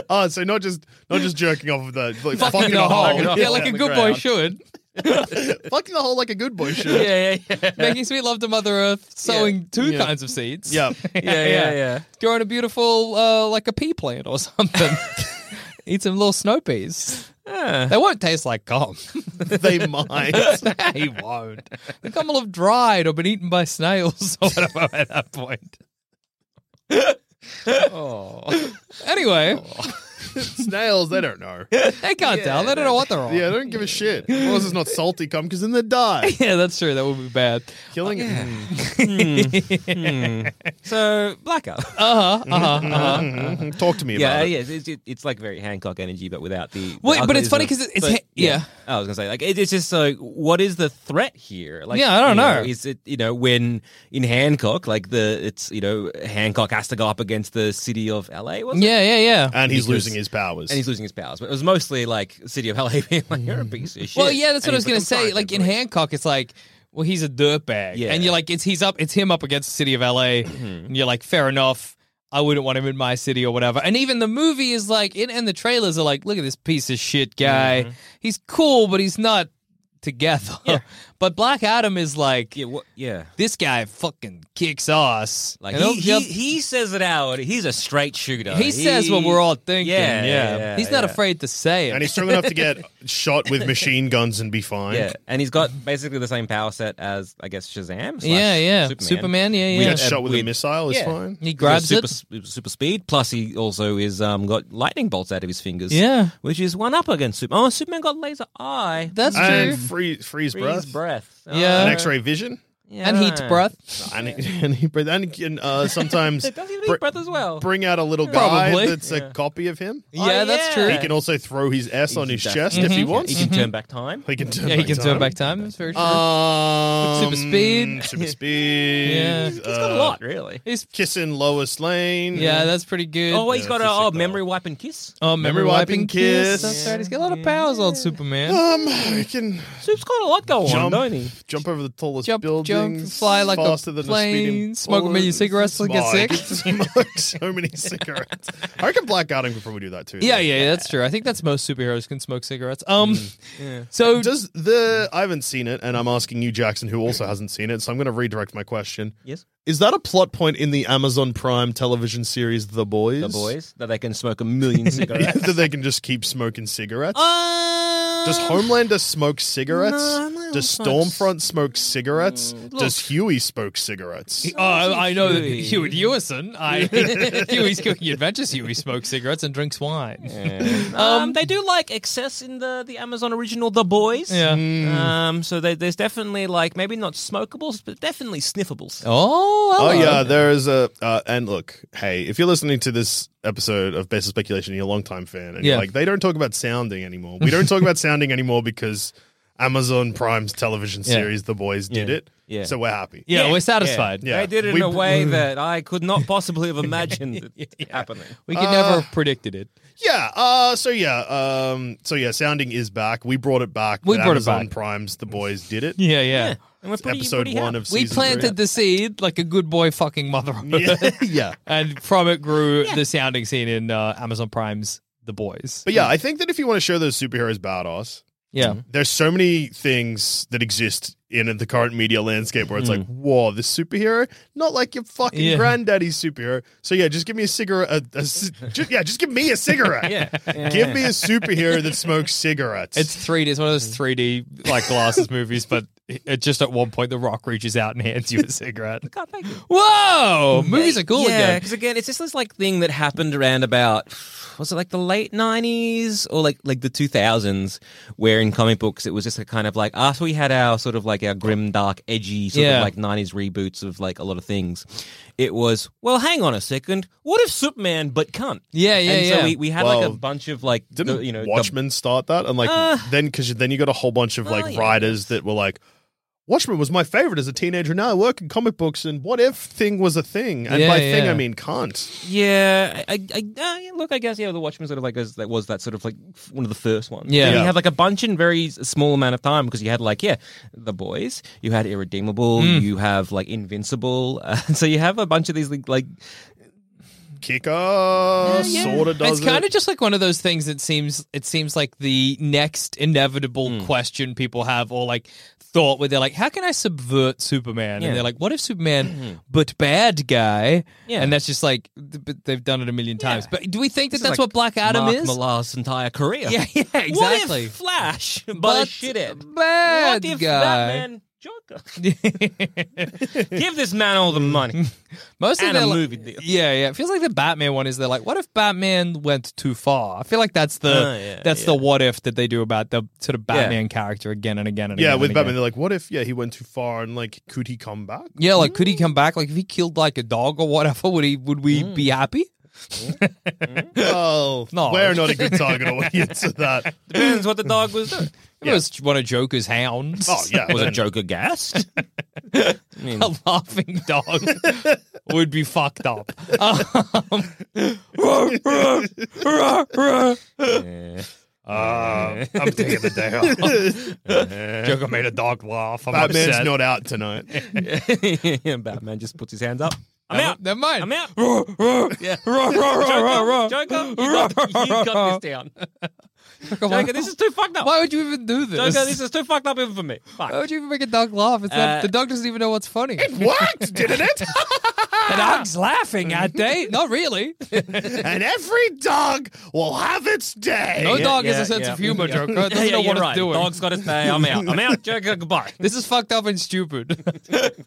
Speaker 3: Oh, so not just not just jerking off of the like,
Speaker 4: fucking a hole.
Speaker 3: hole.
Speaker 4: Yeah, like a good boy should.
Speaker 3: fucking the hole like a good boy should.
Speaker 7: yeah, yeah, yeah.
Speaker 4: *laughs* Making sweet love to Mother Earth, sowing two
Speaker 3: Yeah.
Speaker 4: kinds of seeds. *laughs*
Speaker 3: Yeah.
Speaker 7: Yeah, yeah, yeah.
Speaker 4: Growing a beautiful, uh, like a pea plant or *laughs* something. Eat some little snow peas. They won't taste like gum. *laughs*
Speaker 3: they might.
Speaker 4: he won't. The gum will have dried or been eaten by snails or whatever at that point. oh. Anyway,
Speaker 3: *laughs*
Speaker 7: *laughs*
Speaker 3: Snails, they don't know.
Speaker 4: they can't tell. They don't know what they're on.
Speaker 3: Yeah, they don't give a shit. As long as it's not salty cum, because then they die.
Speaker 4: *laughs* Yeah, that's true. That would be bad.
Speaker 3: Killing it.
Speaker 7: So blackout.
Speaker 4: Uh huh. Uh huh. Uh huh.
Speaker 3: Mhm. Talk to me
Speaker 7: yeah,
Speaker 3: about it.
Speaker 7: yeah. It's, it's, it's like very Hancock energy, but without the. the
Speaker 4: Wait, but it's
Speaker 7: ugliness
Speaker 4: funny
Speaker 7: of-
Speaker 4: 'cause it's- it's
Speaker 7: but-
Speaker 4: ha- yeah.
Speaker 7: I was gonna say like it, it's just like what is the threat here? Like
Speaker 4: Yeah, I don't
Speaker 7: you
Speaker 4: know.
Speaker 7: Is it you know when in Hancock like the it's you know Hancock has to go up against the city of LA? Wasn't it?
Speaker 4: Yeah, yeah, yeah.
Speaker 3: And he's
Speaker 7: Because-
Speaker 3: losing his powers.
Speaker 7: and he's losing his powers. But it was mostly like city of LA being like you're a *laughs* piece of shit.
Speaker 4: Well, yeah, that's what
Speaker 7: And
Speaker 4: I was
Speaker 7: he's
Speaker 4: gonna
Speaker 7: "I'm trying
Speaker 4: say.
Speaker 7: to
Speaker 4: Like in
Speaker 7: break."
Speaker 4: Hancock, it's like, well, he's a dirtbag,
Speaker 7: Yeah.
Speaker 4: and you're like, it's he's up, it's him up against the city of
Speaker 7: *clears throat*
Speaker 4: L.A. and you're like, fair enough. I wouldn't want him in my city or whatever. And even the movie is like, it, and the trailers are like, look at this piece of shit guy.
Speaker 7: Mm-hmm.
Speaker 4: He's cool, but he's not together. *laughs* but Black Adam is like,
Speaker 7: Yeah, what, yeah.
Speaker 4: this guy fucking kicks ass.
Speaker 7: Like
Speaker 4: And
Speaker 7: he,
Speaker 4: he'll-
Speaker 7: he, he says it out. He's a straight shooter.
Speaker 4: Uh, he says what we're all thinking.
Speaker 7: Yeah,
Speaker 4: Yeah,
Speaker 7: yeah,
Speaker 4: he's not
Speaker 7: yeah.
Speaker 4: afraid to say it.
Speaker 3: And he's strong enough to get shot with machine guns and be fine.
Speaker 7: Yeah, and he's got basically the same power set as I guess Shazam. slash
Speaker 4: yeah, yeah, Superman.
Speaker 7: Superman.
Speaker 4: yeah,
Speaker 3: He
Speaker 4: yeah.
Speaker 3: gets
Speaker 7: Yeah.
Speaker 3: shot with a
Speaker 7: With-
Speaker 3: missile, it's
Speaker 7: yeah.
Speaker 3: fine.
Speaker 4: He
Speaker 7: He's got
Speaker 4: grabs
Speaker 7: super,
Speaker 4: it.
Speaker 7: super speed. Plus, he also is um, got lightning bolts out of his fingers.
Speaker 4: Yeah.
Speaker 7: which is one up against Superman. Oh, Superman got laser eye.
Speaker 4: That's
Speaker 3: And
Speaker 4: true.
Speaker 3: freeze, freeze,
Speaker 7: Freeze
Speaker 3: breath.
Speaker 7: breath.
Speaker 4: Yeah.
Speaker 3: An
Speaker 7: Oh,
Speaker 3: X-ray vision.
Speaker 7: yeah.
Speaker 4: and heat breath.
Speaker 3: And he, *laughs* and he, breath- and he can uh, sometimes
Speaker 7: Does he
Speaker 3: br-
Speaker 7: need breath as well?
Speaker 3: bring out a little guy
Speaker 4: Probably.
Speaker 3: that's a copy of him.
Speaker 4: Oh, yeah, that's true.
Speaker 3: He can also throw his S on his
Speaker 7: Exactly.
Speaker 3: chest if
Speaker 4: Mm-hmm.
Speaker 3: he wants.
Speaker 7: Mm-hmm.
Speaker 3: *laughs*
Speaker 7: He can turn back time.
Speaker 3: He can turn
Speaker 4: yeah, he
Speaker 3: back
Speaker 4: can
Speaker 3: time.
Speaker 4: turn back time. That's very true.
Speaker 3: Um,
Speaker 4: Super
Speaker 3: *laughs*
Speaker 4: speed.
Speaker 3: Super speed.
Speaker 4: Yeah.
Speaker 3: uh,
Speaker 4: He's
Speaker 7: He's got a lot, really.
Speaker 4: He's-
Speaker 3: Kissing Lois Lane.
Speaker 4: yeah, that's pretty good.
Speaker 7: Oh, he's
Speaker 3: Yeah,
Speaker 7: got a
Speaker 3: it's a sick
Speaker 7: oh,
Speaker 3: goal.
Speaker 7: memory wipe and kiss.
Speaker 4: oh,
Speaker 3: memory wiping kiss.
Speaker 4: That's right. He's got a lot of powers on *laughs* Superman.
Speaker 3: Um, he can
Speaker 7: Soup's got a lot going
Speaker 3: Jump.
Speaker 7: on, don't he?
Speaker 3: jump over the tallest
Speaker 4: Jump, jump,
Speaker 3: buildings,
Speaker 4: fly like a
Speaker 3: faster than a speeding
Speaker 4: plane, smoke a
Speaker 3: bullet.
Speaker 4: million cigarettes till you get
Speaker 3: Smoke.
Speaker 4: sick.
Speaker 3: Smoke so
Speaker 4: *laughs*
Speaker 3: many cigarettes. I reckon Black Adam could probably do that too.
Speaker 4: Yeah,
Speaker 3: though.
Speaker 4: yeah, yeah, that's true. I think that's most superheroes can smoke cigarettes. Um, so uh,
Speaker 3: Does the I haven't seen it, and I'm asking you, Jackson, who also hasn't seen it, so I'm going to redirect my question.
Speaker 7: Yes.
Speaker 3: Is that a plot point in the Amazon Prime television series The Boys?
Speaker 7: The boys that they can smoke
Speaker 4: *laughs*
Speaker 7: a million
Speaker 3: *laughs*
Speaker 7: cigarettes.
Speaker 3: that they can just keep smoking cigarettes?
Speaker 4: Oh,
Speaker 7: uh,
Speaker 3: Does Homelander smoke cigarettes?
Speaker 7: no, I'm not
Speaker 3: Does
Speaker 7: smoke Mm, c-
Speaker 3: Stormfront smoke cigarettes? Does Huey smoke cigarettes?
Speaker 4: Oh, I, I know that Huey Hewison. *laughs* I Huey's Cooking Adventures. Huey smokes cigarettes and drinks wine.
Speaker 7: um, they do like excess in the the Amazon original The Boys.
Speaker 4: Yeah.
Speaker 3: Mm.
Speaker 7: Um, so they, there's definitely like maybe not smokables, but definitely sniffables.
Speaker 4: Oh,
Speaker 3: Oh
Speaker 4: hello.
Speaker 3: yeah, there is a uh, and look, hey, if you're listening to this episode of Best of Speculation, you're a longtime fan, and you're
Speaker 4: Yeah.
Speaker 3: like, they don't talk about sounding anymore. We don't talk about sounding anymore because Amazon Prime's television
Speaker 4: Yeah.
Speaker 3: series The Boys did
Speaker 7: Yeah.
Speaker 3: it.
Speaker 7: Yeah.
Speaker 3: So we're happy.
Speaker 4: yeah, we're satisfied.
Speaker 3: Yeah.
Speaker 7: They did it
Speaker 3: We-
Speaker 7: in
Speaker 4: *laughs*
Speaker 7: a way that I could not possibly have imagined it happening.
Speaker 4: We could
Speaker 3: Uh,
Speaker 4: never have predicted it.
Speaker 3: Yeah. Uh, so yeah. Um, so yeah, sounding is back. We brought it back.
Speaker 4: We
Speaker 3: that
Speaker 4: brought it
Speaker 3: Amazon
Speaker 4: back.
Speaker 3: Prime's The Boys did it.
Speaker 4: Yeah, yeah.
Speaker 7: And we're pretty,
Speaker 3: episode
Speaker 7: pretty
Speaker 3: one
Speaker 7: happy.
Speaker 3: of
Speaker 4: We
Speaker 3: season *laughs*
Speaker 4: planted the seed like a good boy fucking mother. of
Speaker 3: three.
Speaker 4: earth. *laughs*
Speaker 3: Yeah. yeah.
Speaker 4: and from it grew the sounding scene in uh, Amazon Prime's The Boys.
Speaker 3: But yeah,
Speaker 7: Hmm.
Speaker 3: *laughs* I think that if you want to show those superheroes badass,
Speaker 4: yeah.
Speaker 3: there's so many things that exist in the current media landscape where it's
Speaker 7: Hmm.
Speaker 3: like, whoa, this superhero, not like your fucking
Speaker 4: Yeah.
Speaker 3: granddaddy's superhero. So yeah, just give me a cigarette. A, a c- ju- yeah, just give me a
Speaker 7: *laughs*
Speaker 3: cigarette.
Speaker 4: Yeah.
Speaker 3: Give me a superhero that smokes cigarettes.
Speaker 4: It's 3D. It's one of
Speaker 3: Mm-hmm.
Speaker 4: those 3D like glasses movies, but it it just at one point the rock reaches out and hands you a *laughs* cigarette.
Speaker 7: God, Oh, thank you.
Speaker 4: Whoa! Movies are cool
Speaker 7: yeah,
Speaker 4: again.
Speaker 7: because again, it's just this like thing that happened around about was it like the late nineties or like like the two thousands, where in comic books it was just a kind of like after we had our sort of like our grim, dark, edgy sort
Speaker 4: Yeah.
Speaker 7: of like nineties reboots of like a lot of things. It was well, hang on a second, what if Superman but cunt?
Speaker 4: Yeah, yeah,
Speaker 7: and
Speaker 4: yeah.
Speaker 7: So we, we had like a
Speaker 3: Well,
Speaker 7: bunch of like the-
Speaker 3: Didn't
Speaker 7: you know the-
Speaker 3: Watchmen start that? And like
Speaker 7: Uh,
Speaker 3: then because then you got a whole bunch of like
Speaker 7: well, yeah,
Speaker 3: writers that were like, Watchmen was my favorite as a teenager. Now I work in comic books, and what if thing was a thing? And
Speaker 4: Yeah,
Speaker 3: by thing
Speaker 4: yeah.
Speaker 3: I mean can't.
Speaker 7: Yeah, I, I, I uh, yeah, look, I guess yeah, the Watchmen sort of like is, that was that sort of like f- one of the first ones.
Speaker 4: Yeah.
Speaker 7: and you
Speaker 4: Yeah.
Speaker 7: had like a bunch in very s- small amount of time because you had like yeah, the boys, you had Irredeemable,
Speaker 4: Mm.
Speaker 7: you have like Invincible, *laughs* uh, so you have a bunch of these like, like
Speaker 3: Kicker yeah, sort of does
Speaker 4: It's kind
Speaker 3: it.
Speaker 4: of just like one of those things that seems it seems like the next inevitable
Speaker 7: Hmm.
Speaker 4: question people have or like thought where they're like, how can I subvert Superman?
Speaker 7: Yeah. Hmm.
Speaker 4: And they're like, what if Superman but bad guy?
Speaker 7: Yeah.
Speaker 4: And that's just like th- but they've done it a million times. But do we think that
Speaker 7: this is,
Speaker 4: that's
Speaker 7: like,
Speaker 4: what Black Adam
Speaker 7: Mark
Speaker 4: is?
Speaker 7: Millar's entire career.
Speaker 4: yeah, yeah,
Speaker 7: What
Speaker 4: exactly.
Speaker 7: if Flash, but, a shithead?
Speaker 4: bad
Speaker 7: What if
Speaker 4: guy.
Speaker 7: Batman? Joker? *laughs* Give this man all
Speaker 4: *laughs*
Speaker 7: the money.
Speaker 4: Most
Speaker 7: And
Speaker 4: of
Speaker 7: a
Speaker 4: their li-
Speaker 7: movie deal.
Speaker 4: Yeah, yeah. It feels like the Batman one is they're like, what if Batman went too far? I feel like that's the
Speaker 7: Oh, yeah,
Speaker 4: that's
Speaker 7: yeah.
Speaker 4: the what if that they do about the sort of Batman character again and again and
Speaker 3: Yeah,
Speaker 4: again.
Speaker 3: with
Speaker 4: and
Speaker 3: Batman,
Speaker 4: again.
Speaker 3: they're like, what if yeah he went too far and like could he come
Speaker 4: *laughs*
Speaker 3: back?
Speaker 4: Yeah, like could he come back? Like if he killed like a dog or whatever, would he would we
Speaker 7: Mm.
Speaker 4: be happy?
Speaker 3: Oh,
Speaker 4: No.
Speaker 3: we're not a good target audience for
Speaker 4: *laughs*
Speaker 3: that.
Speaker 7: Depends what the dog was doing.
Speaker 4: It was one of Joker's hounds.
Speaker 3: Oh yeah,
Speaker 7: Was a
Speaker 3: then-
Speaker 7: Joker gassed? I
Speaker 4: *laughs*
Speaker 7: mean,
Speaker 4: a laughing dog *laughs* would be fucked up. Um, *laughs*
Speaker 3: Uh, I'm taking the day off.
Speaker 4: Joker made a dog laugh. I'm
Speaker 3: Batman's
Speaker 4: upset.
Speaker 3: not out tonight. *laughs*
Speaker 7: *laughs* Batman just puts his hands up. I'm out.
Speaker 4: Never mind.
Speaker 7: I'm out.
Speaker 4: Yeah. Joker,
Speaker 7: Joker, you
Speaker 4: *laughs*
Speaker 7: got, you got this down. Joker, this is too fucked up.
Speaker 4: Why would you even do this?
Speaker 7: Joker, this is too fucked up even for me. Fuck.
Speaker 4: Why would you even make a dog laugh? It's
Speaker 7: Uh,
Speaker 4: not, the dog doesn't even know what's funny. The
Speaker 3: What didn't it? *laughs*
Speaker 4: dog's *laughs* laughing
Speaker 7: *laughs*
Speaker 4: at they. Not really.
Speaker 3: and every dog will have its day.
Speaker 4: No
Speaker 7: Yeah,
Speaker 4: dog
Speaker 7: yeah,
Speaker 4: has a sense
Speaker 7: yeah.
Speaker 4: of humor,
Speaker 7: *laughs*
Speaker 4: Joker. It doesn't
Speaker 7: Yeah, yeah,
Speaker 4: know
Speaker 7: you're
Speaker 4: what it's
Speaker 7: right.
Speaker 4: doing.
Speaker 7: Dog's got to say, I'm out.
Speaker 4: *laughs*
Speaker 7: I'm out, Joker, goodbye.
Speaker 4: This is fucked up and stupid.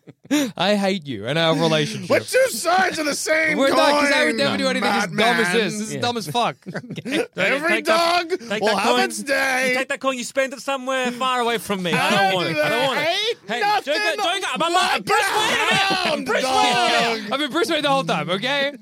Speaker 4: *laughs* I hate you and our relationship.
Speaker 3: We're two sides of the same
Speaker 4: We're
Speaker 3: coin.
Speaker 4: not, because I would never do anything as dumb as
Speaker 3: madman.
Speaker 4: this. This is dumb as
Speaker 7: *laughs*
Speaker 4: fuck. *laughs*
Speaker 3: Every
Speaker 7: Take that-
Speaker 3: dog
Speaker 7: take
Speaker 3: will
Speaker 7: that
Speaker 3: have
Speaker 7: coin.
Speaker 3: its day.
Speaker 7: You take that coin, you spend it somewhere far away from me. I don't want it. I don't want *laughs* it.
Speaker 3: Ain't
Speaker 7: Hey,
Speaker 3: nothing
Speaker 7: Joker, Joker, I'm
Speaker 3: like
Speaker 7: alive. Bruce Wayne, I'm out.
Speaker 3: hound
Speaker 7: Bruce Wayne, I'm out.
Speaker 3: dog.
Speaker 4: I've been Bruce Wayne the whole time, okay?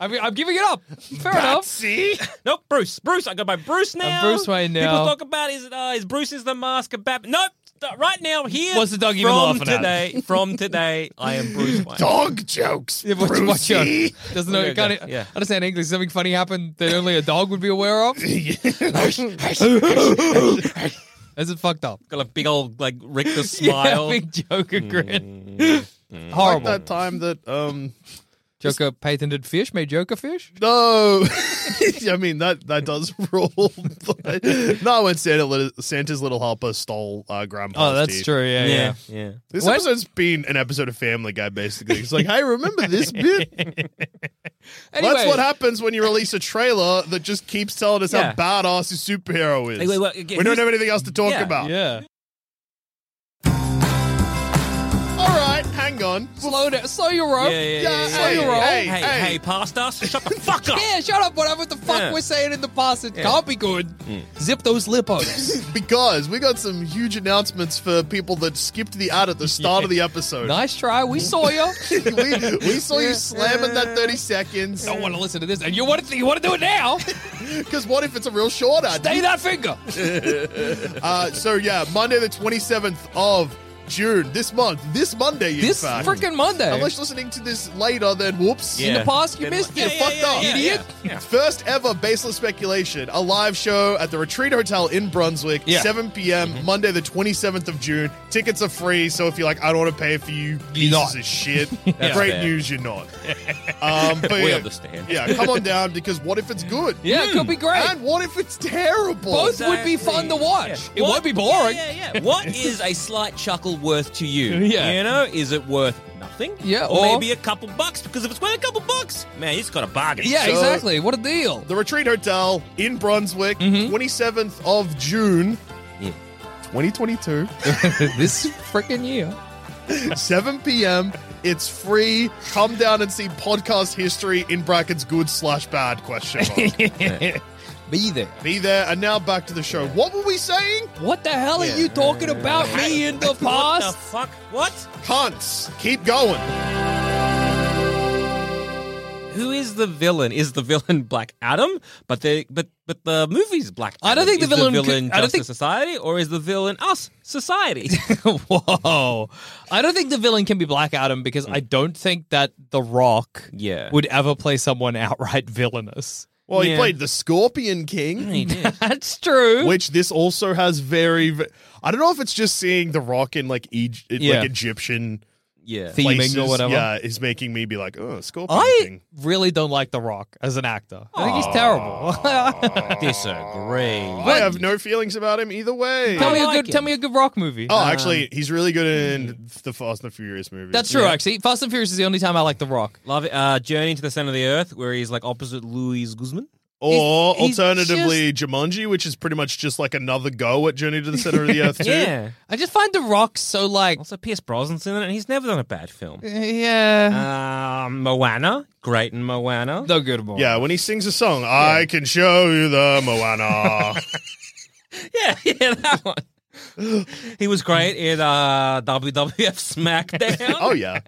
Speaker 4: I'm, I'm giving it up. Fair enough. *laughs*
Speaker 3: See?
Speaker 7: Nope, Bruce. Bruce, I go by Bruce now.
Speaker 4: Bruce Wayne now.
Speaker 7: People talk about is uh, is Bruce is the mask of Batman. Nope. th- Right now, here.
Speaker 4: What's the dog even
Speaker 7: from
Speaker 4: laughing at?
Speaker 7: today, From today, I am *laughs* Bruce Wayne.
Speaker 3: Dog jokes.
Speaker 4: Yeah, watch, watch out.
Speaker 3: Brucey.
Speaker 4: Doesn't know.
Speaker 7: Okay,
Speaker 4: can't
Speaker 7: okay, yeah.
Speaker 4: understand English. Something funny happened that only a dog would be aware
Speaker 7: *laughs*
Speaker 4: of. That's it fucked up.
Speaker 7: Got a big old like Richter smile.
Speaker 4: *laughs*
Speaker 7: Mm,
Speaker 4: Yeah, big Joker grin. Horrible.
Speaker 3: That time that um
Speaker 4: Joker patented fish made Joker fish.
Speaker 3: no, *laughs* I mean that that does *laughs* rule. But no, when Santa Lit- Santa's Little Helper stole uh,
Speaker 7: Oh,
Speaker 3: Grandpa's teeth.
Speaker 4: Yeah,
Speaker 7: yeah, yeah.
Speaker 3: This
Speaker 4: What?
Speaker 3: episode's been an episode of Family Guy, basically. It's like, hey, remember
Speaker 7: *laughs*
Speaker 3: this bit?
Speaker 4: Anyway,
Speaker 3: That's what happens when you release a trailer that just keeps telling us
Speaker 7: Yeah.
Speaker 3: how badass a superhero is.
Speaker 7: Hey, wait, wait, okay,
Speaker 3: we don't
Speaker 7: who's-
Speaker 3: have anything else to talk
Speaker 7: Yeah.
Speaker 3: about.
Speaker 4: Yeah.
Speaker 3: All right, hang on.
Speaker 4: Slow down. Slow your roll.
Speaker 7: Yeah, Oh, yeah, yeah,
Speaker 4: Slow
Speaker 7: yeah,
Speaker 4: your
Speaker 7: yeah.
Speaker 4: roll.
Speaker 7: Hey, hey, past us,
Speaker 4: *laughs*
Speaker 7: shut the fuck up.
Speaker 4: Yeah, shut up. Whatever the fuck
Speaker 7: Yeah. Mm.
Speaker 4: we're saying in the past, it can't be good. Zip those
Speaker 7: *laughs*
Speaker 4: lipos.
Speaker 3: Because we got some huge announcements for people that skipped the ad at the start of the episode.
Speaker 4: nice try. We saw
Speaker 7: *laughs*
Speaker 4: you.
Speaker 3: *laughs* we, we saw you slamming that 30 seconds.
Speaker 4: Don't want to listen to this, and you want to you want to do it now.
Speaker 7: *laughs*
Speaker 3: Because what if it's a real short ad?
Speaker 4: Stay that finger.
Speaker 3: Uh, so, yeah, Monday, the 27th of June, this month, this Monday, in
Speaker 4: This
Speaker 3: fact.
Speaker 4: freaking Monday.
Speaker 3: Unless you're listening to this later, then whoops.
Speaker 4: In the
Speaker 7: Yeah.
Speaker 4: past, you
Speaker 7: Then-
Speaker 4: missed
Speaker 7: yeah,
Speaker 4: it.
Speaker 7: yeah,
Speaker 4: fucked
Speaker 7: yeah,
Speaker 4: up,
Speaker 7: yeah,
Speaker 4: idiot.
Speaker 7: yeah.
Speaker 3: First ever Baseless Speculation, a live show at the Retreat Hotel in Brunswick,
Speaker 4: Yeah.
Speaker 3: 7 p.m.,
Speaker 7: Mm-hmm.
Speaker 3: Monday, the 27th of June. Tickets are free, so if you're like, I don't want to pay for you pieces
Speaker 4: not.
Speaker 3: of shit,
Speaker 7: *laughs* That's
Speaker 3: great
Speaker 7: fair.
Speaker 3: news, you're not.
Speaker 7: *laughs*
Speaker 3: Um, but
Speaker 7: We
Speaker 3: yeah,
Speaker 7: understand.
Speaker 3: Yeah, come on down because what if it's
Speaker 7: *laughs*
Speaker 3: good?
Speaker 4: Yeah, it could
Speaker 7: Mm.
Speaker 4: be great.
Speaker 3: And what if it's terrible?
Speaker 4: Both would be fun to watch. It won't be boring.
Speaker 7: Yeah, yeah, yeah. What is a slight chuckle worth to you?
Speaker 4: *laughs* Yeah.
Speaker 7: You know, is it worth nothing?
Speaker 4: Yeah,
Speaker 7: Or,
Speaker 4: or-
Speaker 7: maybe a couple bucks, because if it's worth a couple bucks, man, he's got a bargain.
Speaker 4: Yeah,
Speaker 3: So-
Speaker 4: exactly. What a deal. *laughs*
Speaker 3: The Retreat Hotel in Brunswick,
Speaker 7: Mm-hmm.
Speaker 3: 27th of June, 2022,
Speaker 4: this freaking year.
Speaker 3: 7 p.m. It's free. Come down and see podcast history in brackets good slash bad question mark.
Speaker 4: *laughs* Be there.
Speaker 3: Be there. And now back to the show. What were we saying?
Speaker 4: What the hell are you talking about me in the
Speaker 7: What the
Speaker 4: past?
Speaker 7: fuck? What?
Speaker 3: Cunts. Keep going.
Speaker 7: Who is the villain? Is the villain Black Adam? But the but but the movie's Black. Adam.
Speaker 4: I don't think the
Speaker 7: Is
Speaker 4: villain
Speaker 7: The
Speaker 4: could-
Speaker 7: villain
Speaker 4: I don't
Speaker 7: Justice
Speaker 4: think-
Speaker 7: Society, or is the villain us society?
Speaker 4: *laughs* Whoa. I don't think the villain can be Black Adam because I don't think that The Rock
Speaker 7: Hmm. Yeah.
Speaker 4: would ever play someone *laughs* outright villainous.
Speaker 3: Well,
Speaker 7: Yeah.
Speaker 3: he played the Scorpion King,
Speaker 4: Mm-hmm. That's true.
Speaker 3: which this also has very. ve- I don't know if it's just seeing The Rock in like, Egy-
Speaker 4: Yeah.
Speaker 3: like Egyptian
Speaker 7: yeah.
Speaker 4: Theming
Speaker 3: places,
Speaker 4: or whatever.
Speaker 3: Yeah, is making me be like, oh, Scorpion
Speaker 4: I
Speaker 3: King.
Speaker 4: really don't like The Rock as an actor. I think he's terrible. *laughs*
Speaker 7: Disagree.
Speaker 3: I have no feelings about him either way.
Speaker 4: tell me
Speaker 7: like
Speaker 4: a good
Speaker 7: him.
Speaker 4: tell me a good rock movie.
Speaker 3: Oh, actually, he's really good in the Fast and the Furious movies.
Speaker 4: Mm. That's true, actually. Fast and Furious is the only time I like The Rock.
Speaker 7: Love it. Uh, Journey to the Center of the Earth, where he's like opposite Luis Guzman.
Speaker 3: Or
Speaker 4: He's- he's
Speaker 3: alternatively, Jumanji, which is pretty much just like another go at Journey to the Center of the Earth 2.
Speaker 4: I just find The Rock so like
Speaker 7: Also, Pierce Brosnan's in it, and he's never done a bad film.
Speaker 4: yeah,
Speaker 7: Um, Moana, great in Moana.
Speaker 4: Uh, no good one.
Speaker 3: Yeah, when he sings a song, I can show you the Moana.
Speaker 7: yeah, *laughs* yeah, that one. he was great in uh, WWF SmackDown.
Speaker 3: oh, yeah.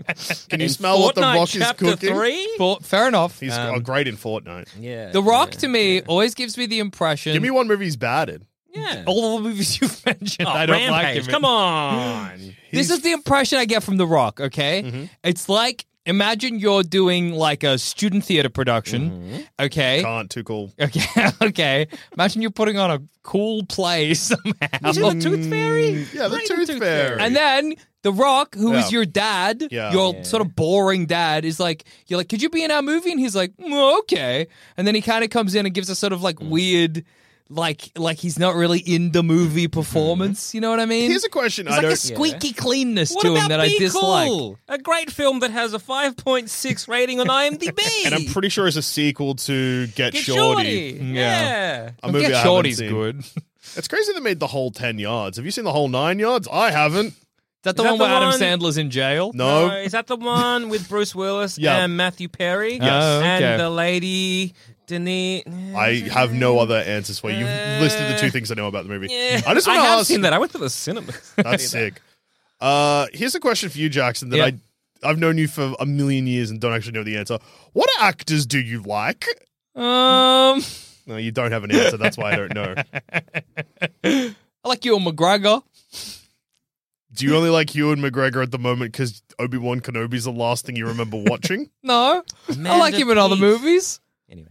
Speaker 3: Can you smell what The
Speaker 7: Fortnite
Speaker 3: Rock is
Speaker 7: chapter
Speaker 3: cooking?
Speaker 7: Three.
Speaker 4: Fa- fair enough. Uh,
Speaker 3: He's oh, great in Fortnite.
Speaker 7: Yeah.
Speaker 4: the Rock to me always gives me the impression.
Speaker 3: Give me one movie he's bad in.
Speaker 7: Yeah.
Speaker 4: all the movies you've *laughs* mentioned.
Speaker 7: Oh,
Speaker 4: I don't like
Speaker 7: Rampage,
Speaker 4: him.
Speaker 3: *gasps*
Speaker 7: Come on.
Speaker 4: This is the impression I get from The Rock, okay?
Speaker 3: Mm-hmm.
Speaker 4: It's like imagine you're doing like a student theater production,
Speaker 3: Mm-hmm.
Speaker 4: okay?
Speaker 3: Can't, too cool.
Speaker 4: Okay, *laughs* okay. Imagine you're putting on a cool play *laughs* somehow.
Speaker 7: Isn't the Tooth Fairy?
Speaker 3: Mm. Yeah, the
Speaker 7: Play
Speaker 3: Tooth Fairy.
Speaker 4: And then The Rock, who is
Speaker 3: Yeah.
Speaker 4: your dad,
Speaker 3: Yeah.
Speaker 4: your sort of boring dad, is like, you're like, could you be in our movie? And he's like, "Mm, okay. And then he kind of comes in and gives a sort of like
Speaker 3: Mm.
Speaker 4: weird, like, like he's not really in the movie
Speaker 3: Mm-hmm.
Speaker 4: performance. You know what I mean?
Speaker 3: Here's a question
Speaker 4: There's
Speaker 3: I
Speaker 4: like
Speaker 3: don't.
Speaker 4: a squeaky cleanness
Speaker 7: What
Speaker 4: to
Speaker 7: about
Speaker 4: him that I
Speaker 7: Be
Speaker 4: dislike.
Speaker 7: Cool? A great film that has a 5.6 rating on IMDb.
Speaker 3: *laughs* And I'm pretty sure it's a sequel to Get,
Speaker 7: Get
Speaker 3: Shorty.
Speaker 7: Shorty.
Speaker 4: Yeah.
Speaker 7: Yeah.
Speaker 3: A movie I
Speaker 4: Get
Speaker 3: haven't
Speaker 4: Shorty's
Speaker 3: seen.
Speaker 4: good. *laughs* Is
Speaker 3: It's crazy they made the whole 10 yards. Have you seen the whole 9 yards? I haven't.
Speaker 4: that the
Speaker 7: Is that
Speaker 4: one
Speaker 7: the
Speaker 4: where Adam
Speaker 7: one-
Speaker 4: Sandler's in jail?
Speaker 3: No.
Speaker 7: Uh, is that the one with Bruce Willis
Speaker 3: Yeah.
Speaker 7: and Matthew Perry?
Speaker 4: Oh, okay.
Speaker 7: And the lady Denise.
Speaker 3: I have no other answers for you. You've listed the two things I know about the movie. I just want to
Speaker 7: have
Speaker 3: ask.
Speaker 7: seen that. I went to the cinema.
Speaker 3: That's sick. Uh, here's a question for you, Jackson. That
Speaker 4: Yeah.
Speaker 3: I I've known you for a million years and don't actually know the answer. What actors do you like?
Speaker 7: *laughs*
Speaker 4: Um,
Speaker 3: No, you don't have an answer. That's why I don't know.
Speaker 4: I like Ewan McGregor.
Speaker 3: Do you only like Ewan McGregor at the moment because Obi Wan Kenobi's the last thing you remember
Speaker 7: *laughs*
Speaker 3: watching?
Speaker 4: No, I like
Speaker 7: Amanda
Speaker 4: him in other
Speaker 7: Peet.
Speaker 4: movies.
Speaker 7: anyway.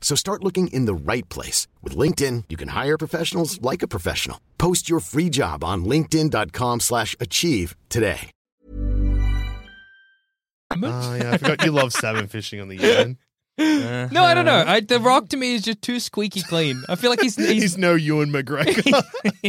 Speaker 2: So start looking in the right place. With LinkedIn, you can hire professionals like a professional. Post your free job on linkedin.com/achieve slash achieve today.
Speaker 3: Oh yeah, I forgot you love salmon fishing on the
Speaker 7: *laughs*
Speaker 3: Ewan.
Speaker 4: No, I don't know. I, the Rock to me is just too squeaky clean. I feel like *laughs* he's,
Speaker 3: He's
Speaker 4: Uh-huh. he's
Speaker 3: no Ewan
Speaker 7: *laughs*
Speaker 3: McGregor. *laughs*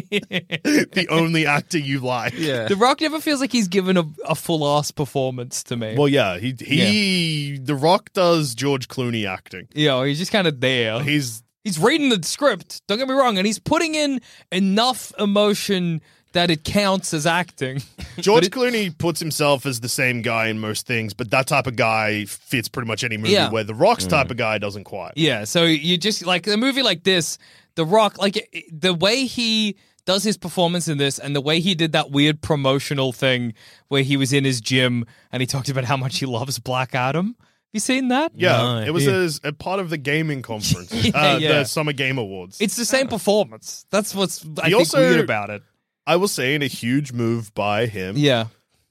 Speaker 3: the only actor you like.
Speaker 7: Yeah.
Speaker 4: the Rock never feels like he's given a, a full ass performance to me.
Speaker 3: Well, yeah, he he the Rock does George Clooney acting.
Speaker 4: you know, he's just kind of there.
Speaker 3: He's
Speaker 4: He's reading the script. Don't get me wrong, and he's putting in enough emotion that it counts as acting. *laughs*
Speaker 3: George Clooney puts himself as the same guy in most things, but that type of guy fits pretty much any movie
Speaker 4: Yeah.
Speaker 3: where the Rock's type of guy doesn't quite.
Speaker 4: Yeah, so you just like a movie like this, The Rock, like it- it- the way he does his performance in this and the way he did that weird promotional thing where he was in his gym and he talked about how much he loves Black Adam. Have you seen that?
Speaker 3: Yeah, it was A,
Speaker 4: yeah.
Speaker 3: a part of the gaming conference, uh,
Speaker 4: *laughs* yeah.
Speaker 3: the Summer Game Awards.
Speaker 4: It's the same performance. That's what's I
Speaker 3: He
Speaker 4: think
Speaker 3: also-
Speaker 4: weird about it.
Speaker 3: I was saying a huge move by him
Speaker 4: Yeah.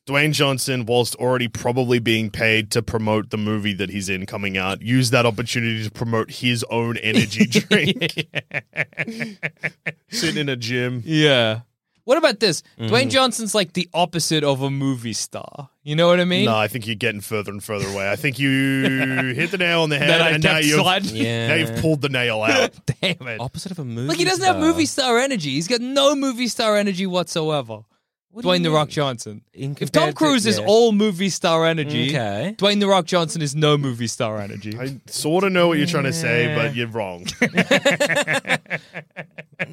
Speaker 3: Dwayne Johnson, whilst already probably being paid to promote the movie that he's in coming out, used that opportunity to promote his own energy
Speaker 4: *laughs*
Speaker 3: drink. Sitting in a gym.
Speaker 4: Yeah. What about this? Dwayne Johnson's like the opposite of a movie star. You know what I mean?
Speaker 3: No, I think you're getting further and further away. I think
Speaker 4: *laughs*
Speaker 3: you hit the nail on the head,
Speaker 4: That I
Speaker 3: and now
Speaker 4: kept
Speaker 3: you've, *laughs*
Speaker 4: sliding.
Speaker 3: now you've pulled the nail out.
Speaker 4: *laughs* Damn it.
Speaker 7: Opposite of a movie.
Speaker 4: Look, he doesn't have movie star energy. He's got no movie star energy whatsoever.
Speaker 7: do you
Speaker 4: Dwayne The Rock
Speaker 7: mean?
Speaker 4: Johnson.
Speaker 7: In
Speaker 4: If Tom
Speaker 7: compared to-
Speaker 4: Cruise is
Speaker 7: yeah.
Speaker 4: all movie star energy,
Speaker 7: Okay.
Speaker 4: Dwayne The Rock Johnson is no movie star energy.
Speaker 3: I sort of know what you're trying to say, but you're
Speaker 4: *laughs*
Speaker 3: wrong.
Speaker 4: anyway,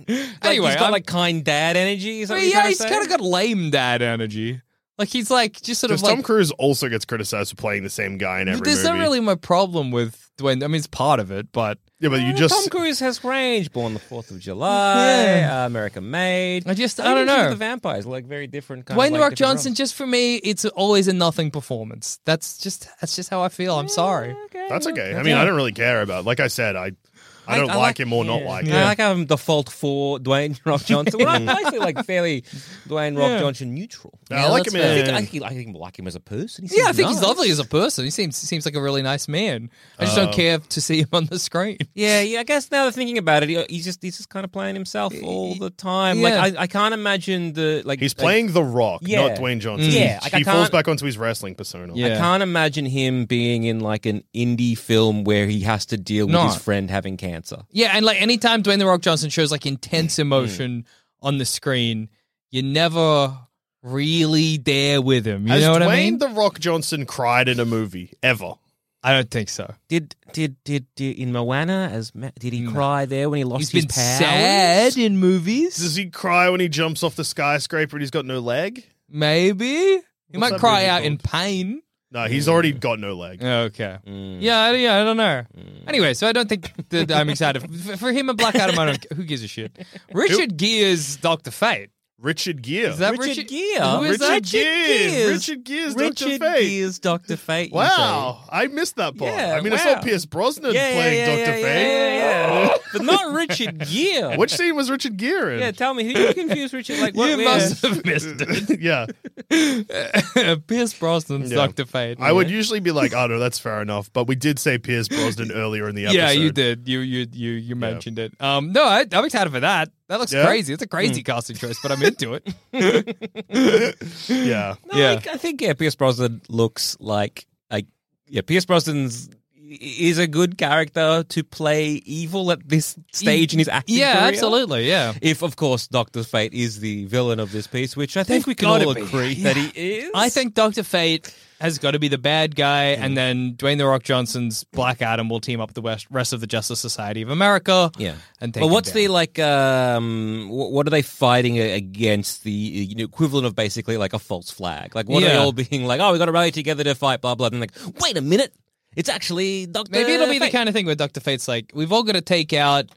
Speaker 7: he's got
Speaker 4: I'm-
Speaker 7: like kind dad energy. Is that
Speaker 4: But
Speaker 7: what you're
Speaker 4: yeah,
Speaker 7: trying
Speaker 4: he's
Speaker 7: to
Speaker 4: kind of got lame dad energy. Like he's like just sort of
Speaker 3: Because
Speaker 4: like.
Speaker 3: Tom Cruise also gets criticized for playing the same guy in every
Speaker 4: there's
Speaker 3: movie.
Speaker 4: not really my problem with Dwayne. I mean, it's part of it, but
Speaker 3: yeah, but
Speaker 4: Oh,
Speaker 3: you just
Speaker 7: Tom Cruise has range. Born the Fourth of July.
Speaker 4: Yeah.
Speaker 7: Uh, American Made.
Speaker 4: I just-
Speaker 7: How
Speaker 4: I
Speaker 7: do you
Speaker 4: don't know.
Speaker 7: think The vampires like very different. Kind
Speaker 4: Dwayne
Speaker 7: of,
Speaker 4: The
Speaker 7: like,
Speaker 4: Rock
Speaker 7: different
Speaker 4: Johnson,
Speaker 7: roles.
Speaker 4: just for me, it's always a nothing performance. That's just that's just how I feel. I'm sorry.
Speaker 3: that's okay. I mean, I don't really care about. Like I said, I I don't
Speaker 7: I
Speaker 3: like,
Speaker 7: like-
Speaker 3: him or not like
Speaker 7: I
Speaker 3: him.
Speaker 7: like I'm the fault for Dwayne Rock Johnson. well, *laughs* I'm actually like fairly Dwayne Rock
Speaker 4: Yeah.
Speaker 7: Johnson neutral.
Speaker 3: Yeah, I like
Speaker 7: that's
Speaker 3: him
Speaker 7: fair. I
Speaker 3: in-
Speaker 7: think, I think, I think like him as a person. He
Speaker 4: Yeah, I
Speaker 7: seems
Speaker 4: think he's
Speaker 7: nice.
Speaker 4: lovely as a person. He seems seems like a really nice man. I just don't care to see him on the
Speaker 3: *laughs*
Speaker 4: screen.
Speaker 7: Yeah, yeah. I guess now that thinking about it, he- he's just he's just kind of playing himself all the time. Like
Speaker 4: Yeah.
Speaker 7: I, I can't imagine the like
Speaker 3: He's
Speaker 7: like,
Speaker 3: playing The Rock,
Speaker 7: Yeah. Mm.
Speaker 3: not Dwayne Johnson.
Speaker 7: Yeah, like, I
Speaker 3: he falls
Speaker 7: can't-
Speaker 3: back onto his wrestling persona.
Speaker 4: Yeah.
Speaker 7: I can't imagine him being in like an indie film where he has to deal with
Speaker 4: No.
Speaker 7: his friend having cancer.
Speaker 4: Yeah, and like anytime Dwayne the Rock Johnson shows like
Speaker 3: Hmm.
Speaker 4: intense emotion on the screen, you're never really there with him. You
Speaker 3: Has
Speaker 4: know what
Speaker 3: Dwayne
Speaker 4: I mean?
Speaker 3: The Rock Johnson cried in a movie ever?
Speaker 4: I don't think so.
Speaker 7: Did did did, did in Moana as Ma- did he cry there when he lost
Speaker 4: He's
Speaker 7: his
Speaker 4: been
Speaker 7: powers?
Speaker 4: sad in movies.
Speaker 3: Does he cry when he jumps off the skyscraper and he's got no leg?
Speaker 4: Maybe he might
Speaker 3: that
Speaker 4: cry
Speaker 3: movie
Speaker 4: out in pain.
Speaker 3: No, he's already got no leg.
Speaker 4: Oh, Okay.
Speaker 3: Hmm.
Speaker 4: Yeah, I, yeah, I don't know. Anyway, so I don't think that I'm *laughs* excited for, for him and Black Adam. I don't, who gives a *laughs* shit? Richard Gere's Doctor Fate.
Speaker 3: Richard Gere.
Speaker 4: Is that
Speaker 7: Richard
Speaker 4: Richard
Speaker 7: Gere?
Speaker 4: Who is
Speaker 3: Richard
Speaker 4: that?
Speaker 3: Gere.
Speaker 7: Gere's-
Speaker 3: Richard Gere's Dr.
Speaker 7: Richard
Speaker 3: Fate.
Speaker 7: Gere's Doctor Fate. you say.
Speaker 3: Wow, I missed that part.
Speaker 7: Yeah,
Speaker 3: I mean, I saw
Speaker 7: wow.
Speaker 3: Pierce Brosnan
Speaker 7: Yeah,
Speaker 3: playing
Speaker 7: yeah, yeah,
Speaker 3: Dr.
Speaker 7: yeah,
Speaker 3: Fate.
Speaker 7: yeah, yeah, yeah. but not Richard
Speaker 3: *laughs*
Speaker 7: Gere.
Speaker 3: Which scene was Richard Gere in?
Speaker 7: Yeah, tell me, who you confused Richard? Like what?
Speaker 4: you
Speaker 7: where-
Speaker 4: must
Speaker 7: *laughs*
Speaker 4: have
Speaker 3: *laughs*
Speaker 4: missed
Speaker 3: yeah.
Speaker 4: it. Pierce Brosnan's
Speaker 3: Yeah.
Speaker 4: Doctor Fate.
Speaker 3: I would usually be like, oh no, that's fair enough. But we did say Pierce Brosnan earlier in the episode.
Speaker 4: Yeah, you did. You you you you mentioned it. Um, no, I, I'm excited for that. That looks
Speaker 3: Yeah?
Speaker 4: crazy. It's a crazy
Speaker 7: Hmm.
Speaker 4: casting choice, but I'm into
Speaker 7: *laughs*
Speaker 4: it.
Speaker 3: Yeah.
Speaker 7: No,
Speaker 4: Yeah.
Speaker 7: I, I think yeah, Pierce Brosnan looks like like yeah, Pierce Brosnan's is a good character to play evil at this stage in his acting
Speaker 4: yeah,
Speaker 7: career.
Speaker 4: absolutely. Yeah,
Speaker 7: If of course Doctor Fate is the villain of this piece, which I think
Speaker 4: They've
Speaker 7: we can
Speaker 4: gotta
Speaker 7: all
Speaker 4: be.
Speaker 7: agree that he is.
Speaker 4: I think Doctor Fate has got to be the bad guy,
Speaker 7: Hmm.
Speaker 4: and then Dwayne the Rock Johnson's Black Adam will team up with the west, rest of the Justice Society of America.
Speaker 7: yeah.
Speaker 4: and take
Speaker 7: But
Speaker 4: him
Speaker 7: what's
Speaker 4: down.
Speaker 7: the like? Um, wh- what are they fighting a- against? The you know, equivalent of basically like a false flag. Like what are they
Speaker 4: Yeah.
Speaker 7: all being like? Oh, we got to rally together to fight. Blah blah. And like, wait a minute, it's actually Doctor.
Speaker 4: Maybe it'll be
Speaker 7: Fate.
Speaker 4: the kind of thing where Doctor Fate's like, we've all got to take out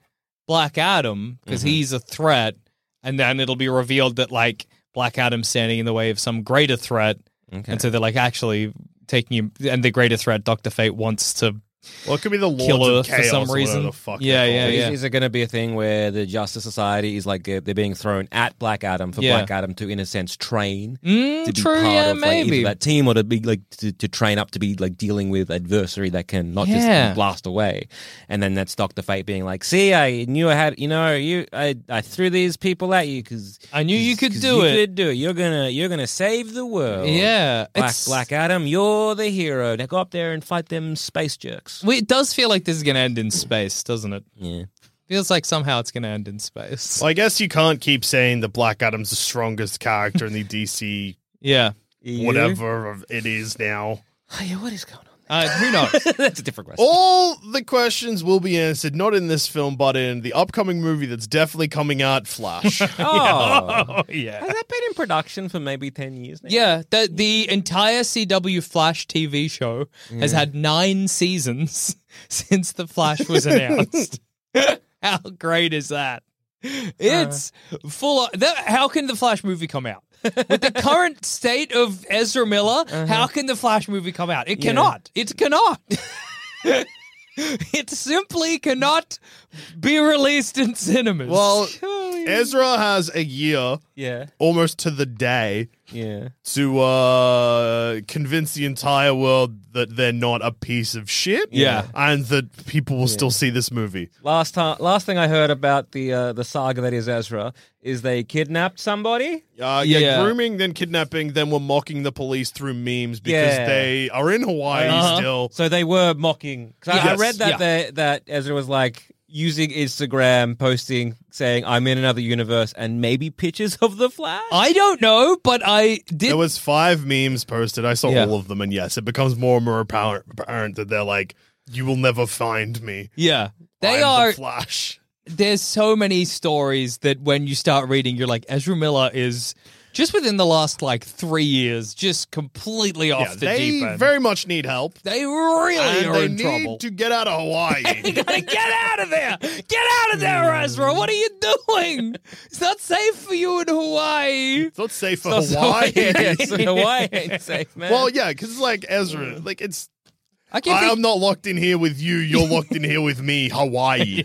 Speaker 4: Black Adam because
Speaker 7: Mm-hmm.
Speaker 4: he's a threat, and then it'll be revealed that like Black Adam's standing in the way of some greater threat, and so they're like actually taking him, and the greater threat Doctor Fate wants to.
Speaker 3: Well, it could be the Lords
Speaker 4: Killer
Speaker 3: of
Speaker 4: for
Speaker 3: Chaos
Speaker 4: some
Speaker 3: or whatever
Speaker 4: reason.
Speaker 3: The fuck
Speaker 4: Yeah,
Speaker 3: they're
Speaker 4: yeah,
Speaker 3: called.
Speaker 7: Is, is it going to be a thing where the Justice Society is like uh, they're being thrown at Black Adam for
Speaker 4: Yeah.
Speaker 7: Black Adam to, in a sense, train
Speaker 4: Mm,
Speaker 7: to be
Speaker 4: true,
Speaker 7: part
Speaker 4: yeah,
Speaker 7: of like,
Speaker 4: maybe.
Speaker 7: either that team or to be like to, to train up to be like dealing with adversary that can not
Speaker 4: Yeah.
Speaker 7: just blast away? And then that's Doctor Fate being like, "See, I knew I had, you know, you, I, I threw these people at you because
Speaker 4: I knew you could do it."
Speaker 7: You could do it. You're gonna, you're gonna save the world.
Speaker 4: yeah,
Speaker 7: Black,
Speaker 4: it's-
Speaker 7: Black Adam, you're the hero. Now go up there and fight them space jerks.
Speaker 4: Well, it does feel like this is going to end in space, doesn't it?
Speaker 7: Yeah.
Speaker 4: Feels like somehow it's going to end in space.
Speaker 3: Well, I guess you can't keep saying that Black Adam's the strongest character in the
Speaker 4: *laughs*
Speaker 3: DC
Speaker 4: yeah.
Speaker 3: whatever of- it is now.
Speaker 7: Oh, *laughs* yeah, what is going on?
Speaker 4: Uh, who knows?
Speaker 7: That's a different question.
Speaker 3: All the questions will be answered not in this film, but in the upcoming movie that's definitely coming out, Flash.
Speaker 7: Oh.
Speaker 4: *laughs* oh yeah.
Speaker 7: Has that been in production for maybe 10 years now?
Speaker 4: Yeah, the the entire CW Flash TV show has
Speaker 7: Mm.
Speaker 4: had nine seasons *laughs* since the Flash was
Speaker 7: *laughs*
Speaker 4: announced. how great is that?
Speaker 7: Uh.
Speaker 4: It's full. Of, that, how can the Flash movie come
Speaker 7: *laughs*
Speaker 4: out with the current state of Ezra Miller?
Speaker 7: Uh-huh.
Speaker 4: How can the Flash movie come out? It cannot. It cannot. *laughs* it simply cannot be released in cinemas.
Speaker 3: Well, Ezra has a year,
Speaker 7: Yeah.
Speaker 3: almost to the day,
Speaker 7: Yeah.
Speaker 3: to uh, convince the entire world that they're not a piece of shit.
Speaker 4: Yeah.
Speaker 3: And that people will still see this movie.
Speaker 7: Last time, last thing I heard about the uh, the saga that is Ezra is they kidnapped somebody.
Speaker 3: Uh, yeah,
Speaker 4: Yeah.
Speaker 3: grooming, then kidnapping, then we're mocking the police through memes because
Speaker 7: Yeah.
Speaker 3: they are in Hawaii
Speaker 4: Uh-huh.
Speaker 3: still.
Speaker 7: So they were mocking. 'cause I, I
Speaker 3: Yes.
Speaker 7: read that
Speaker 4: Yeah.
Speaker 7: they, that Ezra was like using Instagram, posting, saying, "I'm in another universe," and maybe pictures of the Flash.
Speaker 4: I don't know, but I did.
Speaker 3: There was five memes posted. I saw
Speaker 4: Yeah.
Speaker 3: all of them, and yes, it becomes more and more apparent, apparent that they're like, "You will never find me."
Speaker 4: yeah, they
Speaker 3: I'm the
Speaker 4: are.
Speaker 3: Flash.
Speaker 4: there's so many stories that when you start reading, you're like, Ezra Miller is just within the last like three years, just completely off
Speaker 3: Yeah,
Speaker 4: the
Speaker 3: they
Speaker 4: deep end.
Speaker 3: very much need help.
Speaker 4: they really
Speaker 3: And
Speaker 4: are
Speaker 3: they
Speaker 4: in
Speaker 3: need
Speaker 4: trouble.
Speaker 3: to get out of
Speaker 4: *laughs*
Speaker 3: Hawaii.
Speaker 4: Gotta get out of there! Get out of there,
Speaker 7: Mm.
Speaker 4: Ezra! What are you doing? It's not safe for you in Hawaii.
Speaker 3: *laughs* it's not safe for
Speaker 4: Not *laughs* so-
Speaker 3: Hawaii.
Speaker 4: Yeah,
Speaker 7: *laughs* Yes, in Hawaii ain't safe, man.
Speaker 3: Well, yeah, because like Ezra, like it's
Speaker 4: I keep,
Speaker 3: I
Speaker 4: think-
Speaker 3: am not locked in here with you. You're locked in here with
Speaker 4: *laughs*
Speaker 3: me, Hawaii.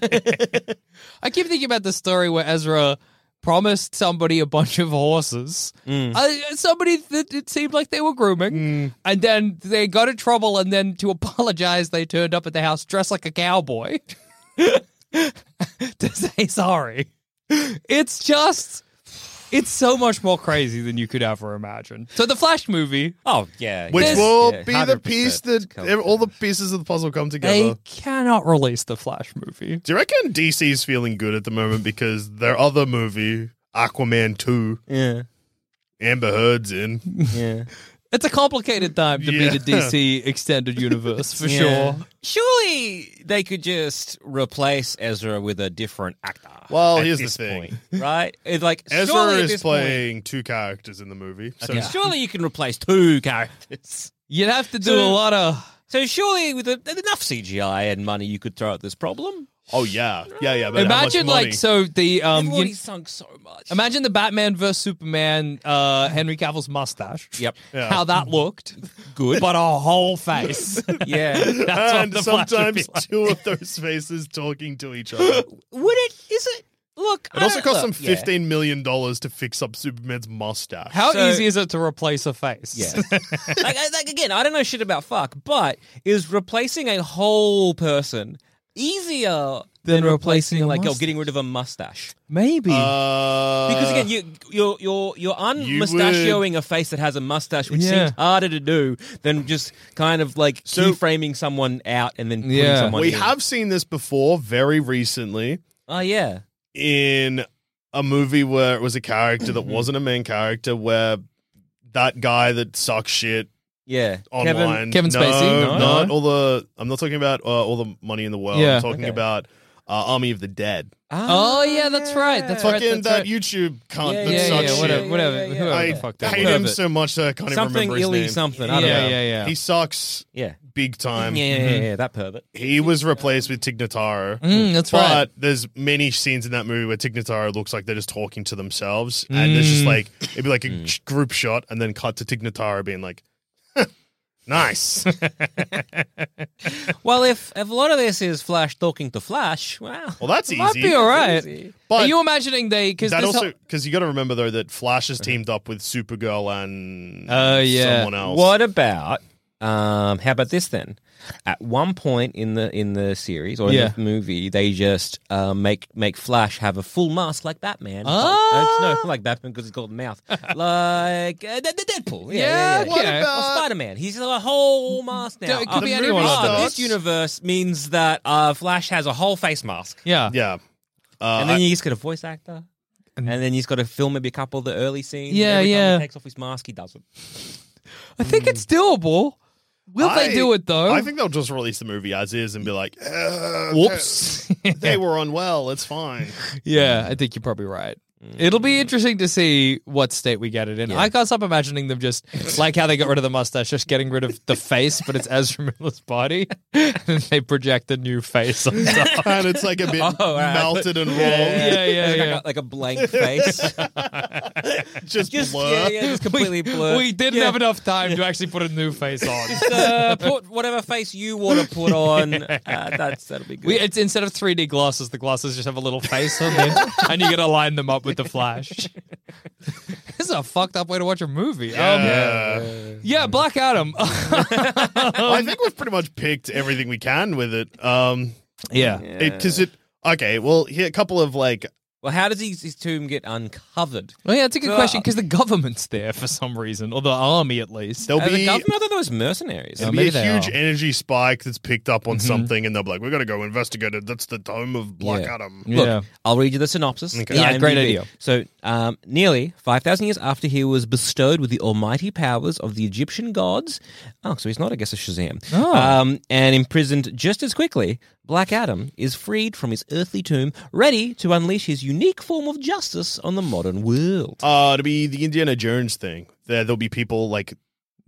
Speaker 4: I keep thinking about the story where Ezra promised somebody a bunch of horses. Uh, somebody that it seemed like they were grooming. And then they got in trouble. And then to apologize, they turned up at the house dressed like a cowboy *laughs* to say sorry. It's just. It's so much more crazy than you could ever imagine. So the Flash movie,
Speaker 7: oh yeah,
Speaker 3: Which
Speaker 7: yeah,
Speaker 3: will
Speaker 7: yeah,
Speaker 3: be the
Speaker 7: 100%
Speaker 3: piece that
Speaker 7: come
Speaker 3: ev- all the
Speaker 7: together.
Speaker 3: pieces of the puzzle come together.
Speaker 4: they cannot release the Flash movie.
Speaker 3: Do you reckon DC's feeling good at the moment because their other movie, Aquaman 2,
Speaker 7: Yeah,
Speaker 3: Amber Heard's in?
Speaker 7: yeah.
Speaker 4: It's a complicated time to
Speaker 3: Yeah.
Speaker 4: be the DC extended universe for
Speaker 7: Yeah.
Speaker 4: sure.
Speaker 7: Surely they could just replace Ezra with a different actor.
Speaker 3: Well,
Speaker 7: at
Speaker 3: here's the
Speaker 7: this
Speaker 3: thing.
Speaker 7: point, right? It's like
Speaker 3: Ezra
Speaker 7: surely at
Speaker 3: is
Speaker 7: this
Speaker 3: playing two characters in the movie. So
Speaker 7: Point, Surely you can replace two characters.
Speaker 4: You'd have to do
Speaker 7: So-
Speaker 4: a lot of
Speaker 7: So surely with a, enough CGI and money, you could throw at this problem.
Speaker 3: Oh, yeah. Yeah, yeah. But how much
Speaker 4: imagine
Speaker 3: money?
Speaker 4: like so the um
Speaker 7: They've
Speaker 4: you-
Speaker 7: already sunk so much.
Speaker 4: imagine the Batman versus Superman uh Henry Cavill's mustache.
Speaker 7: Yep.
Speaker 3: Yeah.
Speaker 4: How that looked good, but a whole face. *laughs*
Speaker 7: Yeah.
Speaker 4: That's what
Speaker 3: and
Speaker 4: the Flash would be
Speaker 3: sometimes two of
Speaker 7: *laughs*
Speaker 3: those faces talking to each other. It
Speaker 7: Would it? Is it? Look. I
Speaker 3: also
Speaker 7: don't-
Speaker 3: cost them
Speaker 7: look,
Speaker 3: fifteen million dollars to fix up Superman's mustache.
Speaker 4: How
Speaker 7: So-
Speaker 4: easy is it to replace a face? *laughs*
Speaker 7: Yeah. yeah. like, I- like again, I don't know shit about fuck, but is replacing a whole person easier
Speaker 4: Than replacing a
Speaker 7: like oh,
Speaker 4: mustache.
Speaker 7: getting rid of a mustache?
Speaker 4: Maybe.
Speaker 3: Uh,
Speaker 7: Because again, you you're you're you're unmustachioing a face that has a mustache, which
Speaker 4: Yeah.
Speaker 7: seems harder to do than just kind of like
Speaker 3: So-
Speaker 7: keyframing someone out and then putting
Speaker 4: Yeah.
Speaker 7: someone.
Speaker 3: we
Speaker 7: in.
Speaker 3: have seen this before, very recently.
Speaker 7: Oh yeah.
Speaker 3: in a movie where it was a character
Speaker 4: Mm-hmm.
Speaker 3: that wasn't a main character, where that guy that sucks shit
Speaker 7: Yeah.
Speaker 3: Oh, online,
Speaker 4: Kevin
Speaker 3: no,
Speaker 4: Spacey? No.
Speaker 3: not
Speaker 4: No.
Speaker 3: all the. I'm not talking about uh, all the money in the world.
Speaker 4: Yeah.
Speaker 3: I'm talking
Speaker 7: Okay.
Speaker 3: about uh, Army of the Dead.
Speaker 4: oh yeah, that's right. That's right.
Speaker 3: Fucking
Speaker 4: that's
Speaker 3: that
Speaker 4: right.
Speaker 3: YouTube cunt
Speaker 7: Yeah,
Speaker 3: that
Speaker 4: yeah,
Speaker 3: sucks
Speaker 4: yeah,
Speaker 3: shit.
Speaker 4: whatever,
Speaker 7: Yeah,
Speaker 4: whatever.
Speaker 7: yeah, yeah,
Speaker 4: whoever
Speaker 3: I
Speaker 4: the fuck that
Speaker 3: hate
Speaker 4: was.
Speaker 3: him
Speaker 7: Herbert.
Speaker 3: so much that I can't
Speaker 7: something
Speaker 3: even remember his
Speaker 7: illy
Speaker 3: name.
Speaker 7: something.
Speaker 4: Yeah,
Speaker 7: I don't
Speaker 4: yeah,
Speaker 7: know.
Speaker 4: yeah, yeah.
Speaker 3: He sucks
Speaker 7: Yeah.
Speaker 3: big time.
Speaker 7: Yeah, yeah, yeah, yeah, that pervert.
Speaker 3: He was replaced with Tignataro.
Speaker 4: Mm, that's
Speaker 3: but
Speaker 4: right.
Speaker 3: there's many scenes in that movie where Tignataro looks like they're just talking to themselves, and there's
Speaker 4: Mm.
Speaker 3: just like it'd be like a sh- group shot, and then cut to Tignataro being like, "Nice."
Speaker 7: Well, if if a lot of this is Flash talking to Flash, wow.
Speaker 3: well, that's
Speaker 4: *laughs* Might
Speaker 3: easy.
Speaker 4: be all right.
Speaker 7: Easy.
Speaker 3: But
Speaker 4: Are you imagining they because
Speaker 3: that also because you got to remember though that Flash has teamed up with Supergirl and
Speaker 4: Oh, yeah.
Speaker 3: someone else.
Speaker 7: What about um how about this then? At one point in the in the series or in
Speaker 4: Yeah.
Speaker 7: the movie, they just uh, make make Flash have a full mask like Batman.
Speaker 4: Ah.
Speaker 7: Uh, no, like Batman because he's called
Speaker 4: *laughs*
Speaker 7: Mouth. like uh, the, the Deadpool. Yeah,
Speaker 4: Yeah,
Speaker 7: yeah, yeah.
Speaker 4: What okay.
Speaker 3: about-
Speaker 7: Spider Man? He's got a whole mask now.
Speaker 4: It could
Speaker 7: Uh,
Speaker 4: be
Speaker 3: The
Speaker 4: anyone.
Speaker 3: movie
Speaker 4: on
Speaker 7: ah,
Speaker 4: that.
Speaker 3: starts-
Speaker 7: this universe means that uh, Flash has a whole face mask.
Speaker 4: Yeah.
Speaker 3: Yeah, uh,
Speaker 7: and then
Speaker 3: I-
Speaker 7: he's got a voice actor. And then he's got to film maybe a couple of the early scenes.
Speaker 4: Yeah,
Speaker 7: Every time
Speaker 4: yeah.
Speaker 7: he takes off his mask, he doesn't.
Speaker 4: I think it's doable. Will
Speaker 3: I-
Speaker 4: they do it though? *laughs*
Speaker 3: I think they'll just release the movie as is and be like, "Uh,
Speaker 4: Whoops.
Speaker 3: they were unwell. It's fine."
Speaker 4: *laughs* Yeah, I think you're probably right.
Speaker 3: Mm.
Speaker 4: It'll be interesting to see what state we get it in. I can't stop imagining them just like how they got rid of the mustache, just getting rid of the face, but it's Ezra Miller's body, *laughs* and they project a new face on top.
Speaker 3: and
Speaker 4: Oh,
Speaker 3: it's like a bit
Speaker 7: all right.
Speaker 3: melted and raw.
Speaker 4: *laughs* *laughs* yeah, yeah,
Speaker 3: *laughs*
Speaker 7: Like,
Speaker 4: yeah.
Speaker 7: a, like a blank face.
Speaker 3: just,
Speaker 7: Just,
Speaker 3: blur.
Speaker 7: yeah, yeah, *laughs* just completely blurred.
Speaker 4: We didn't
Speaker 7: Yeah.
Speaker 4: have enough time to actually put a new face *laughs* on.
Speaker 7: Uh, put whatever face you want to put *laughs* on. Uh, that's that'll be good.
Speaker 4: We, it's instead of 3D glasses, the glasses just have a little face on them, *laughs* and you got to line them up with the flash. *laughs* this is a fucked up way to watch a movie.
Speaker 3: Yeah.
Speaker 4: Um, yeah, Black
Speaker 7: *laughs*
Speaker 4: Adam.
Speaker 3: I think we've pretty much picked everything we can with it. Um,
Speaker 4: yeah.
Speaker 3: because it, okay. Well, here a couple of like
Speaker 7: well, how does his, his tomb get uncovered?
Speaker 4: Well, yeah, it's a good
Speaker 7: So, uh,
Speaker 4: question because the government's there for some reason, or the army at least.
Speaker 3: there'll
Speaker 7: Uh, the
Speaker 3: be
Speaker 7: government, I thought that was mercenaries.
Speaker 4: Yeah.
Speaker 3: It'll
Speaker 4: maybe
Speaker 3: be a
Speaker 4: they
Speaker 3: huge
Speaker 4: are. Mm-hmm.
Speaker 3: energy spike that's picked up on something, and they'll be like, "We're gonna go investigate it." That's the dome of Black
Speaker 7: Yeah.
Speaker 3: Adam.
Speaker 7: Look,
Speaker 4: Yeah.
Speaker 7: I'll read you the synopsis.
Speaker 3: Okay.
Speaker 7: The
Speaker 4: Yeah, great idea.
Speaker 7: So, um, nearly 5,000 years after he was bestowed with the almighty powers of the Egyptian gods. Oh, so he's not, I guess, a Shazam.
Speaker 4: Oh.
Speaker 7: Um, and imprisoned just as quickly, Black Adam is freed from his earthly tomb, ready to unleash his unique form of justice on the modern world.
Speaker 3: Uh, to be the Indiana Jones thing. There, there'll be people like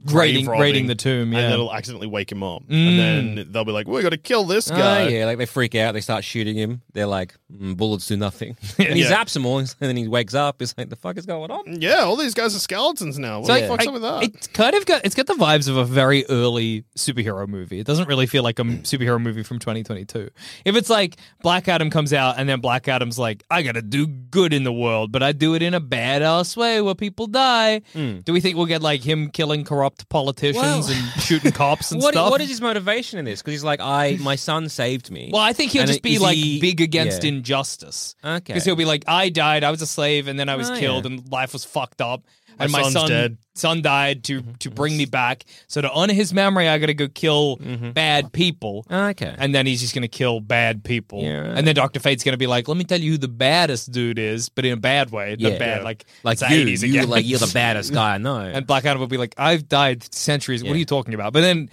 Speaker 4: raiding,
Speaker 3: grave robbing,
Speaker 4: raiding the tomb.
Speaker 3: and
Speaker 4: Yeah,
Speaker 3: that'll accidentally wake him up,
Speaker 4: Mm.
Speaker 3: and then they'll be like, "We got to kill this
Speaker 7: Oh,
Speaker 3: guy."
Speaker 7: yeah, like they freak out, they start shooting him. They're like, mm, bullets do nothing. *laughs* and he
Speaker 3: Yeah.
Speaker 7: zaps them all, *laughs* and then he wakes up. He's like, the fuck is going on?
Speaker 3: Yeah, all these guys are skeletons now. What
Speaker 4: So
Speaker 3: the
Speaker 4: I-
Speaker 3: fuck's
Speaker 4: I-
Speaker 3: up with that?
Speaker 4: It's kind of got it's got the vibes of a very early superhero movie. It doesn't really feel like a
Speaker 7: *clears throat*
Speaker 4: m- superhero movie from 2022. If it's like Black Adam comes out and then Black Adam's like, I gotta do good in the world, but I do it in a badass way where people die. Do we think we'll get like him killing corrupt politicians
Speaker 7: Hmm. Well-
Speaker 4: and shooting
Speaker 7: *laughs*
Speaker 4: cops and
Speaker 7: What,
Speaker 4: stuff?
Speaker 7: what is his motivation in this? Because he's like, I, my son saved me.
Speaker 4: well, I think he'll
Speaker 7: And
Speaker 4: just be
Speaker 7: is
Speaker 4: like
Speaker 7: he-
Speaker 4: big against
Speaker 7: yeah.
Speaker 4: injustice.
Speaker 7: Okay.
Speaker 4: Because he'll be like, I died, I was a slave, and then I was
Speaker 7: Oh,
Speaker 4: killed,
Speaker 7: yeah.
Speaker 4: and life was fucked up.
Speaker 3: My
Speaker 4: and my
Speaker 3: son's
Speaker 4: son
Speaker 3: dead."
Speaker 4: son died to to
Speaker 7: Mm-hmm.
Speaker 4: bring me back. So to honor his memory, I gotta go kill
Speaker 7: Mm-hmm.
Speaker 4: bad people.
Speaker 7: Okay.
Speaker 4: And then he's just gonna kill bad people.
Speaker 7: Uh. Yeah, right.
Speaker 4: And then Dr. Fate's gonna be like, Let me tell you who the baddest dude is, but in a bad way. Not
Speaker 7: Yeah.
Speaker 4: bad,
Speaker 7: Yeah.
Speaker 4: like
Speaker 7: like
Speaker 4: it's the
Speaker 7: you,
Speaker 4: 80s
Speaker 7: you
Speaker 4: again. *laughs*
Speaker 7: like you're the baddest guy I know.
Speaker 3: *laughs*
Speaker 4: and Black Adam will be like, I've died centuries. What
Speaker 7: Yeah.
Speaker 4: are you talking about? But then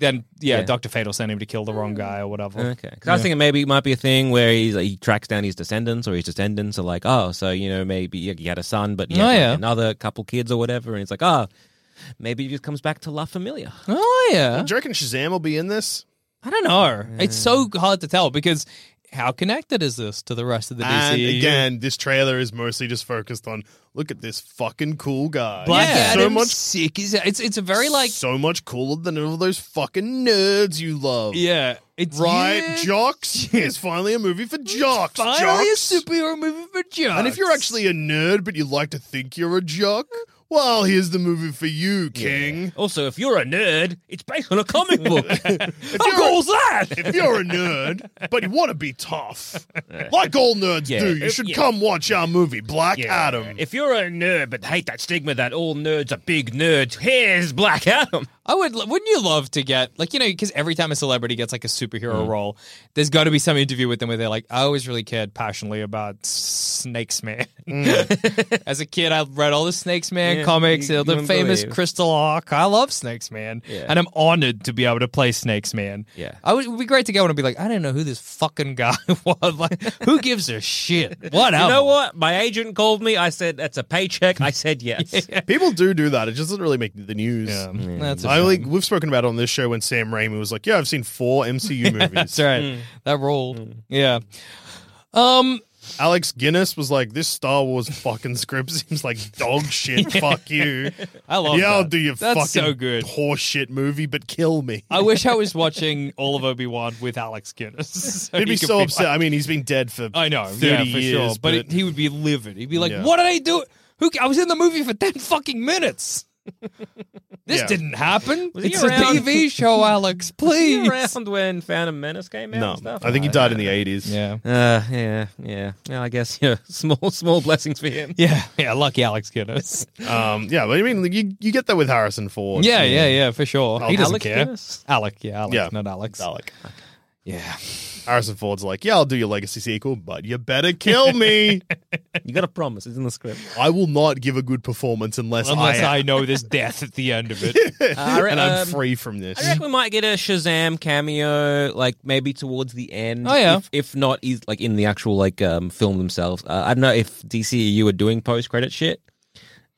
Speaker 4: then yeah,
Speaker 7: Yeah.
Speaker 4: Dr. Fate will send him to kill the wrong guy or whatever.
Speaker 7: okay, because I was thinking maybe it might be a thing where he's, like, he tracks down his descendants, or his descendants are like, oh, so you know maybe he had a son, but he had
Speaker 4: Oh,
Speaker 7: like,
Speaker 4: yeah.
Speaker 7: another couple kids or whatever, and it's like, oh, maybe he just comes back to La Familia.
Speaker 4: Oh yeah.
Speaker 3: Do you reckon Shazam will be in this?
Speaker 4: I don't know. It's so hard to tell because how connected is this to the rest of the DC?
Speaker 3: And again, this trailer is mostly just focused on look at this fucking cool guy.
Speaker 4: Black
Speaker 3: He's
Speaker 4: Adam's
Speaker 3: so much,
Speaker 4: sick. Is it's it's a very like
Speaker 3: so much cooler than all those fucking nerds you love.
Speaker 4: yeah. It's
Speaker 3: Right,
Speaker 4: *laughs* yeah,
Speaker 3: jocks. It's finally a movie for jocks.
Speaker 4: Finally, a
Speaker 3: jocks.
Speaker 4: superhero movie for jocks.
Speaker 3: And if you're actually a nerd but you like to think you're a jock, well, here's the movie for you, King.
Speaker 7: Also, if you're a nerd, it's based on a
Speaker 4: *laughs*
Speaker 7: comic book.
Speaker 4: how cool's that?
Speaker 3: If you're a nerd but you want to be
Speaker 4: *laughs*
Speaker 3: tough, like all nerds
Speaker 7: Yeah.
Speaker 3: do, you should
Speaker 7: Yeah.
Speaker 3: come watch our movie, Black Adam.
Speaker 7: If you're a nerd but hate that stigma that all nerds are big nerds, here's Black Adam.
Speaker 4: I would. lo- Wouldn't you love to get like you know because every time a celebrity gets like a superhero
Speaker 7: Mm-hmm.
Speaker 4: role, there's got to be some interview with them where they're like, I always really cared passionately about Snakes Man. *laughs* As a kid, I read all the Snakes Man
Speaker 7: Mm. Yeah,
Speaker 4: comics,
Speaker 7: you-
Speaker 4: uh,
Speaker 7: you
Speaker 4: the
Speaker 7: wouldn't
Speaker 4: famous
Speaker 7: believe.
Speaker 4: Crystal Arc. I love Snakes Man,
Speaker 7: Yeah.
Speaker 4: and I'm honored to be able to play Snakes Man.
Speaker 7: Yeah.
Speaker 4: I would, it would be great to go and be like, I don't know who this fucking guy *laughs* was. Like, who gives a shit? What
Speaker 7: *laughs* You know what? My agent called me. I said that's a paycheck. I
Speaker 3: *laughs*
Speaker 7: said yes.
Speaker 3: People do do that. It just doesn't really make the news.
Speaker 4: Yeah,
Speaker 7: Mm.
Speaker 4: that's a
Speaker 3: I
Speaker 4: shame.
Speaker 3: like we've spoken about it on this show when Sam Raimi was like, "Yeah, I've seen four
Speaker 4: *laughs*
Speaker 3: MCU movies."
Speaker 4: That's right.
Speaker 7: Mm.
Speaker 4: That rolled. Yeah. Um.
Speaker 3: Alex Guinness was like, "This Star Wars fucking script *laughs* seems like dog
Speaker 4: *laughs*
Speaker 3: shit. Fuck you."
Speaker 4: I love
Speaker 3: yeah,
Speaker 4: that.
Speaker 3: I'll do your
Speaker 4: That's
Speaker 3: fucking
Speaker 4: so good.
Speaker 3: horse shit movie, but kill
Speaker 4: *laughs*
Speaker 3: me.
Speaker 4: I wish I was watching all of Obi Wan with Alex Guinness. *laughs* So
Speaker 3: He'd
Speaker 4: he
Speaker 3: be
Speaker 4: could
Speaker 3: so
Speaker 4: like-
Speaker 3: upset. I mean, he's been dead for
Speaker 4: I know,
Speaker 3: 30
Speaker 4: yeah, for sure.
Speaker 3: years,
Speaker 4: But, it- he would be livid. He'd be like,
Speaker 3: Yeah.
Speaker 4: "What did I do? Who? ca- I was in the movie for ten fucking
Speaker 3: *laughs*
Speaker 4: minutes. This
Speaker 3: Yeah.
Speaker 4: didn't happen.
Speaker 7: he
Speaker 4: It's a
Speaker 7: around?
Speaker 4: TV show, *laughs* Alex.
Speaker 7: Were you
Speaker 4: Please."
Speaker 7: around when Phantom Menace came out?
Speaker 3: no,
Speaker 7: and stuff?
Speaker 3: I think he
Speaker 7: Oh,
Speaker 3: died in the 80s.
Speaker 4: Yeah.
Speaker 7: Uh, yeah, yeah. Well, I guess *laughs* yeah. Small, small blessings for him.
Speaker 4: *laughs* Yeah, yeah, lucky Alex *laughs* Guinness.
Speaker 3: Um, yeah, but I mean, like, you, you get that with Harrison Ford.
Speaker 4: yeah, yeah, yeah, for sure. he doesn't
Speaker 7: Alex
Speaker 4: care.
Speaker 7: Guinness?
Speaker 4: Alec, yeah, Alec,
Speaker 3: Yeah.
Speaker 4: not Alex.
Speaker 3: Alec.
Speaker 4: *laughs* Yeah.
Speaker 3: Harrison Ford's like, yeah, I'll do your legacy sequel, but you better kill
Speaker 4: *laughs*
Speaker 3: me.
Speaker 7: You got to promise. It's in the script.
Speaker 3: I will not give a good performance unless,
Speaker 4: Unless
Speaker 3: I,
Speaker 4: I know there's death at the end of
Speaker 3: *laughs*
Speaker 4: it.
Speaker 7: I re-
Speaker 3: and I'm
Speaker 7: um,
Speaker 3: free from this.
Speaker 7: I reckon we might get a Shazam cameo, like maybe towards the end.
Speaker 4: Oh, yeah.
Speaker 7: If, if not, is like in the actual like um, film themselves. Uh, I don't know if DCEU are doing post credit shit.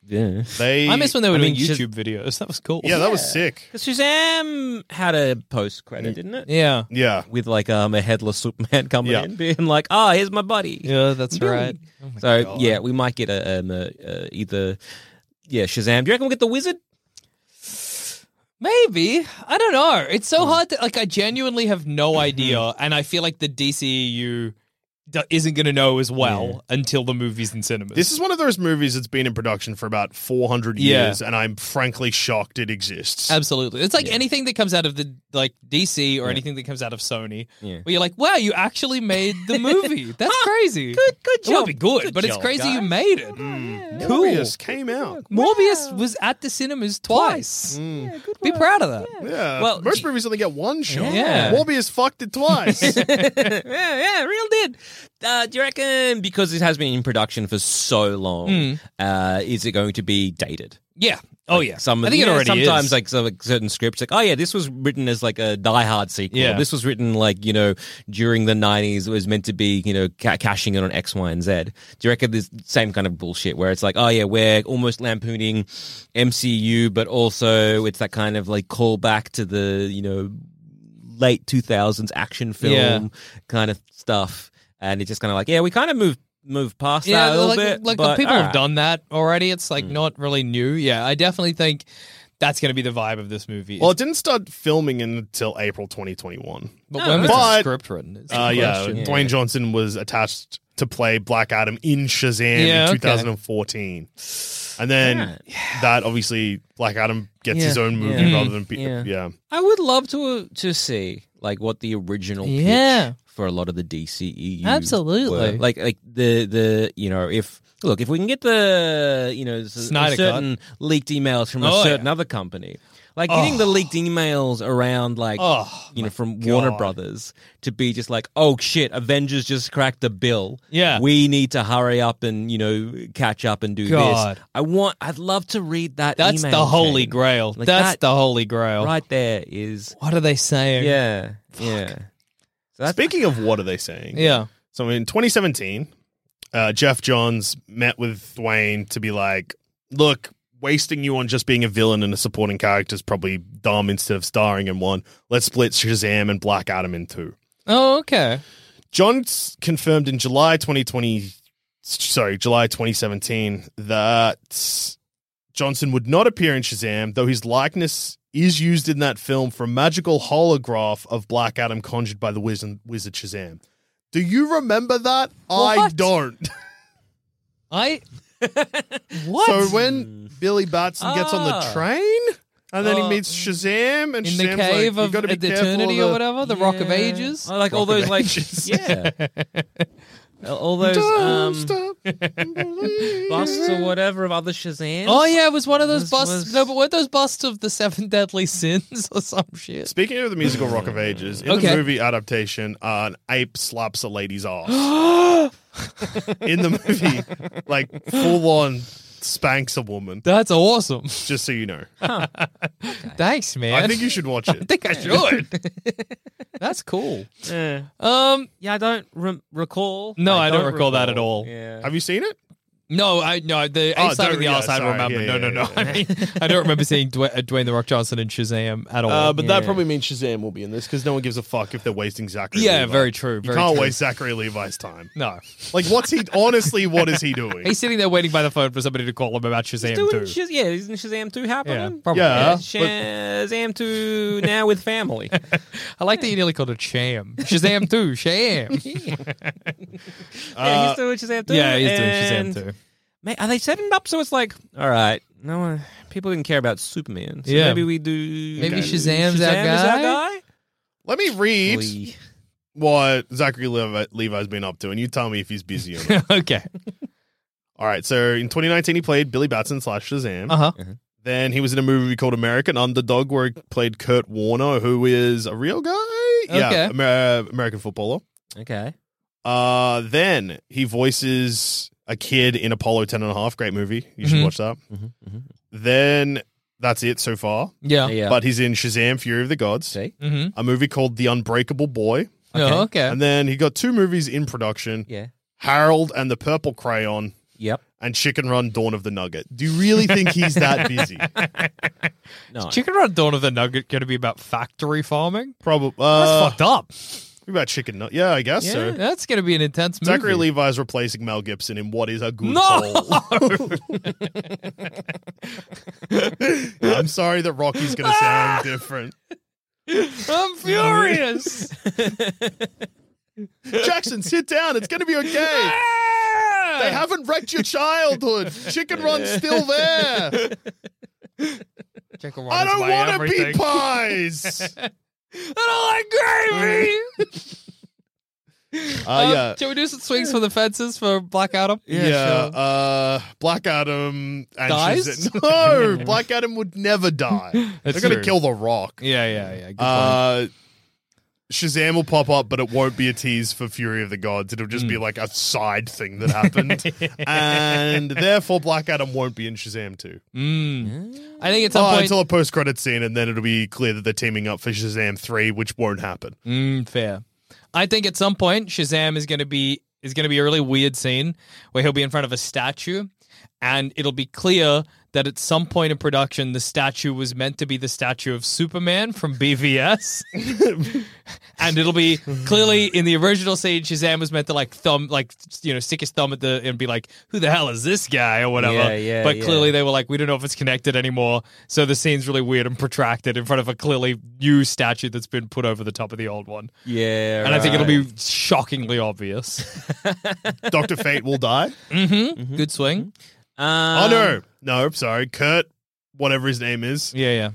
Speaker 7: Yeah.
Speaker 3: They,
Speaker 4: I miss when they were
Speaker 7: I
Speaker 4: doing
Speaker 7: mean, she's-
Speaker 4: YouTube videos. That was cool.
Speaker 3: yeah, that was sick.
Speaker 7: Because Shazam had a post credit, didn't it?
Speaker 4: Yeah.
Speaker 3: Yeah,
Speaker 7: With like um, a headless Superman coming
Speaker 3: Yeah.
Speaker 7: in, being like, "Ah, here's my buddy."
Speaker 4: Yeah, that's right.
Speaker 7: so yeah, we might get a, um, a, uh either yeah Shazam. Do you reckon we'll get the Wizard?
Speaker 4: Maybe. I don't know. It's so hard to like I genuinely have no idea and I feel like the DCEU do- isn't going to know as well until the movie's in cinemas.
Speaker 3: this is one of those movies that's been in production for about 400
Speaker 4: Yeah.
Speaker 3: years, and I'm frankly shocked it exists.
Speaker 4: Absolutely. It's like anything that comes out of the like DC or anything that comes out of Sony. Where you're like, "Wow, you actually made the movie. That's crazy." Good
Speaker 7: good
Speaker 4: It
Speaker 7: job.
Speaker 4: would be good,
Speaker 7: Good
Speaker 4: but it's
Speaker 7: job,
Speaker 4: crazy you
Speaker 7: guys.
Speaker 4: made it. Cool.
Speaker 3: Morbius came out.
Speaker 4: Morbius was at the cinemas twice. Be proud of that.
Speaker 3: Yeah,
Speaker 7: Well,
Speaker 3: most
Speaker 7: gee-
Speaker 3: movies only get one shot.
Speaker 4: Yeah.
Speaker 3: Morbius fucked it
Speaker 4: *laughs*
Speaker 3: twice.
Speaker 7: *laughs* Yeah, yeah, real did. Uh, do you reckon because it has been in production for so long, uh, is it going to be dated?
Speaker 4: Yeah. Oh yeah.
Speaker 7: Some
Speaker 4: I think
Speaker 7: yeah,
Speaker 4: it already
Speaker 7: sometimes
Speaker 4: is.
Speaker 7: like some like, certain scripts like oh yeah this was written as like a Die Hard sequel.
Speaker 4: Yeah.
Speaker 7: This was written like you know during the nineties it was meant to be you know ca- cashing in on X Y and Z. Do you reckon this same kind of bullshit where it's like oh yeah we're almost lampooning MCU but also it's that kind of like callback to the you know late two thousands action film
Speaker 4: Yeah.
Speaker 7: kind of stuff and it's just kind of like yeah we kind of moved moved past
Speaker 4: yeah,
Speaker 7: that a little
Speaker 4: like,
Speaker 7: bit
Speaker 4: like
Speaker 7: but ah. Hmm.
Speaker 4: people have
Speaker 7: alright.
Speaker 4: done that already. It's like not really new. Yeah, I definitely think that's going to be the vibe of this movie.
Speaker 3: well, it didn't start filming until April 2021.
Speaker 4: but when was
Speaker 3: but-
Speaker 4: the script written? It's
Speaker 3: Uh,
Speaker 4: a
Speaker 3: yeah,
Speaker 4: question.
Speaker 3: Dwayne Johnson was attached to play Black Adam in Shazam
Speaker 4: Yeah,
Speaker 3: in
Speaker 4: okay.
Speaker 3: 2014. And then that obviously Black Adam gets
Speaker 7: Yeah,
Speaker 3: his own movie
Speaker 7: yeah.
Speaker 3: rather than be-
Speaker 7: Yeah.
Speaker 3: yeah.
Speaker 7: I would love to to see like what the original pitch
Speaker 4: Yeah.
Speaker 7: for a lot of the DCEU
Speaker 4: Absolutely.
Speaker 7: were. like like the the you know if look if we can get the you know s-
Speaker 4: Snyder
Speaker 7: certain leaked emails from a
Speaker 4: Oh,
Speaker 7: certain
Speaker 4: yeah.
Speaker 7: other company like getting the leaked emails around like
Speaker 4: Oh,
Speaker 7: you know from Warner Brothers to be just like oh shit Avengers just cracked the bill
Speaker 4: Yeah.
Speaker 7: we need to hurry up and you know catch up and do
Speaker 4: God.
Speaker 7: this I want I'd love to read that
Speaker 4: That's
Speaker 7: email
Speaker 4: the holy
Speaker 7: chain.
Speaker 4: grail.
Speaker 7: Like
Speaker 4: that's
Speaker 7: that
Speaker 4: the holy grail.
Speaker 7: right there is
Speaker 4: What are they saying?
Speaker 7: yeah. Yeah. So that's
Speaker 3: Speaking of what are they saying?
Speaker 4: Yeah.
Speaker 3: So in 2017, uh, Jeff Johns met with Dwayne to be like, look, wasting you on just being a villain and a supporting character is probably dumb instead of starring in one. Let's split Shazam and Black Adam in two.
Speaker 4: Oh, okay.
Speaker 3: Johns confirmed in July 2020, sorry, July 2017, that Johnson would not appear in Shazam, though his likeness is used in that film for a magical holograph of Black Adam conjured by the wizard, wizard Shazam. Do you remember that? I
Speaker 4: What? *laughs*
Speaker 3: don't.
Speaker 7: *laughs*
Speaker 4: I. what?
Speaker 3: So when Billy Batson gets on the
Speaker 7: Ah.
Speaker 3: train and then
Speaker 4: Oh.
Speaker 3: he meets Shazam and
Speaker 4: in
Speaker 3: Shazam's
Speaker 4: the
Speaker 3: like,
Speaker 4: cave
Speaker 3: "You
Speaker 4: of
Speaker 3: gotta be
Speaker 4: the
Speaker 3: careful of
Speaker 4: eternity or
Speaker 3: the-
Speaker 4: whatever, the Rock of
Speaker 7: Yeah.
Speaker 4: Ages.
Speaker 7: I like all those like *laughs* yeah, Uh, all those
Speaker 3: Don't
Speaker 7: um,
Speaker 3: stop and believe."
Speaker 7: busts or whatever of other Shazams.
Speaker 4: Oh yeah, it was one of those
Speaker 7: Was-
Speaker 4: busts.
Speaker 7: was-
Speaker 4: No, but weren't those busts of the seven deadly *laughs* sins or some shit?
Speaker 3: Speaking of the musical Rock of Ages, in
Speaker 4: Okay.
Speaker 3: the movie adaptation, uh, an ape slaps a lady's
Speaker 4: *gasps*
Speaker 3: ass. in the movie, like full on spanks a woman.
Speaker 4: That's awesome.
Speaker 3: Just so you know,
Speaker 4: Thanks, man.
Speaker 3: I think you should watch
Speaker 4: I
Speaker 3: it.
Speaker 4: think I should. *laughs* That's cool.
Speaker 7: Yeah.
Speaker 4: Um,
Speaker 7: Yeah, I don't rem recall.
Speaker 4: No, I don't recall that at all.
Speaker 7: Yeah.
Speaker 3: Have you seen it?
Speaker 4: no, I no the
Speaker 3: Oh,
Speaker 4: A side of
Speaker 3: don't-
Speaker 4: the
Speaker 3: yeah,
Speaker 4: R side.
Speaker 3: sorry.
Speaker 4: Remember?
Speaker 3: Yeah,
Speaker 4: no, no,
Speaker 3: yeah,
Speaker 4: no.
Speaker 3: yeah.
Speaker 4: *laughs* I mean, I don't remember seeing Dwayne, uh, Dwayne the Rock Johnson and Shazam at all.
Speaker 3: Uh,
Speaker 7: Yeah.
Speaker 3: means Shazam will be in this because no one gives a fuck if they're wasting Zachary.
Speaker 4: yeah,
Speaker 3: Levi.
Speaker 4: very true.
Speaker 3: You
Speaker 4: Very
Speaker 3: can't
Speaker 4: true.
Speaker 3: waste Zachary Levi's time.
Speaker 4: No,
Speaker 3: Like, what's he? Honestly, what is he doing?
Speaker 4: *laughs* he's sitting there waiting by the phone for somebody to call him about Shazam
Speaker 7: Doing
Speaker 4: too.
Speaker 7: Shaz- yeah, isn't Shazam 2 happening?
Speaker 4: Yeah, probably.
Speaker 3: Yeah.
Speaker 7: Yeah,
Speaker 3: but-
Speaker 7: Shazam 2 now
Speaker 4: *laughs*
Speaker 7: with family.
Speaker 4: Uh, I like that you nearly called it Sham. Shazam too. Sham.
Speaker 7: yeah, he's doing Shazam 2.
Speaker 4: yeah, he's doing
Speaker 7: and-
Speaker 4: Shazam too.
Speaker 7: Mate, are they setting it up so it's like, all right, no one, people didn't care about Superman. So
Speaker 4: Yeah.
Speaker 7: maybe we do.
Speaker 4: Maybe
Speaker 7: Okay.
Speaker 4: Shazam's our
Speaker 7: Shazam is
Speaker 4: guy?
Speaker 3: Let me read
Speaker 7: Oi.
Speaker 3: what Zachary Levi, Levi's been up to, and you tell me if he's busy or not.
Speaker 4: okay.
Speaker 3: All right, so in 2019, he played Billy Batson slash Shazam.
Speaker 4: Uh huh.
Speaker 7: Mm-hmm.
Speaker 3: Then he was in a movie called American Underdog where he played Kurt Warner, who is a real guy.
Speaker 4: Okay.
Speaker 3: Yeah, Amer- uh, American footballer.
Speaker 7: Okay.
Speaker 3: Uh, then he voices a kid in Apollo 10 and a half. Great movie. You should
Speaker 4: Mhm.
Speaker 3: watch that.
Speaker 7: Mm-hmm.
Speaker 3: Then that's it so far.
Speaker 4: Yeah.
Speaker 7: Yeah.
Speaker 3: But he's in Shazam Fury of the Gods,
Speaker 7: See?
Speaker 4: Mm-hmm.
Speaker 3: a movie called The Unbreakable Boy. Uh,
Speaker 4: Okay. Oh, okay.
Speaker 3: And then he got two movies in production
Speaker 7: Yeah.
Speaker 3: Harold and the Purple Crayon.
Speaker 7: Yep.
Speaker 3: and Chicken Run Dawn of the Nugget. Do you really think he's
Speaker 4: *laughs*
Speaker 3: that busy?
Speaker 7: No.
Speaker 4: Chicken Run Dawn of the Nugget going to be about factory farming?
Speaker 3: Probably.
Speaker 4: That's
Speaker 3: Uh,
Speaker 4: fucked up.
Speaker 3: about Chicken Nut. Yeah, I guess
Speaker 4: Yeah,
Speaker 3: so.
Speaker 4: that's going to be an intense movie.
Speaker 3: Zachary Levi's replacing Mel Gibson in what is a good
Speaker 4: No! *laughs*
Speaker 3: role. *laughs* I'm sorry that Rocky's going to
Speaker 4: *laughs*
Speaker 3: sound different.
Speaker 4: I'm furious.
Speaker 3: Jackson, sit down. It's going to be
Speaker 4: *laughs*
Speaker 3: okay.
Speaker 4: Ah!
Speaker 3: They haven't wrecked your childhood. Chicken Run's still
Speaker 4: *laughs*
Speaker 3: there.
Speaker 4: Chicken Run
Speaker 3: I
Speaker 4: is
Speaker 3: don't
Speaker 4: my
Speaker 3: want to be
Speaker 4: everything. *laughs*
Speaker 3: pies.
Speaker 4: I don't like gravy.
Speaker 3: Uh,
Speaker 4: Um,
Speaker 3: yeah.
Speaker 4: Shall Mm. we do some swings for the fences for Black Adam?
Speaker 3: Yeah, uh, Black Adam and
Speaker 4: Dies? *laughs*
Speaker 3: Shazam- No, Black Adam would never die. They're
Speaker 4: That's
Speaker 3: gonna
Speaker 4: true.
Speaker 3: kill the Rock.
Speaker 4: Yeah, yeah, yeah. Good point.
Speaker 3: Uh, Shazam will pop up, but it won't be a tease for Fury of the Gods. It'll just be
Speaker 4: Hmm.
Speaker 3: like a side thing that happened,
Speaker 4: *laughs*
Speaker 3: and therefore Black Adam won't be in Shazam two.
Speaker 4: Mm. I think at some
Speaker 3: Oh,
Speaker 4: point.
Speaker 3: until a post credit scene, and then it'll be clear that they're teaming up for Shazam three, which won't happen.
Speaker 4: Mm, fair. I think at some point Shazam is going to be is going to be a really weird scene where he'll be in front of a statue, and it'll be clear that at some point in production the statue was meant to be the statue of Superman from
Speaker 7: *laughs*
Speaker 4: BVS, and it'll be clearly in the original scene Shazam was meant to like thumb like you know stick his thumb at the and be like who the hell is this guy or whatever.
Speaker 7: Yeah, yeah,
Speaker 4: but
Speaker 7: yeah.
Speaker 4: clearly they were like we don't know if it's connected anymore, so the scene's really weird and protracted in front of a clearly new statue that's been put over the top of the old one.
Speaker 7: Yeah.
Speaker 4: And I think
Speaker 7: right.
Speaker 4: it'll be shockingly obvious.
Speaker 3: *laughs* Doctor Fate will die.
Speaker 4: Good swing.
Speaker 7: Um,
Speaker 3: oh no, no, sorry, Kurt, whatever his name is,
Speaker 4: Yeah, yeah.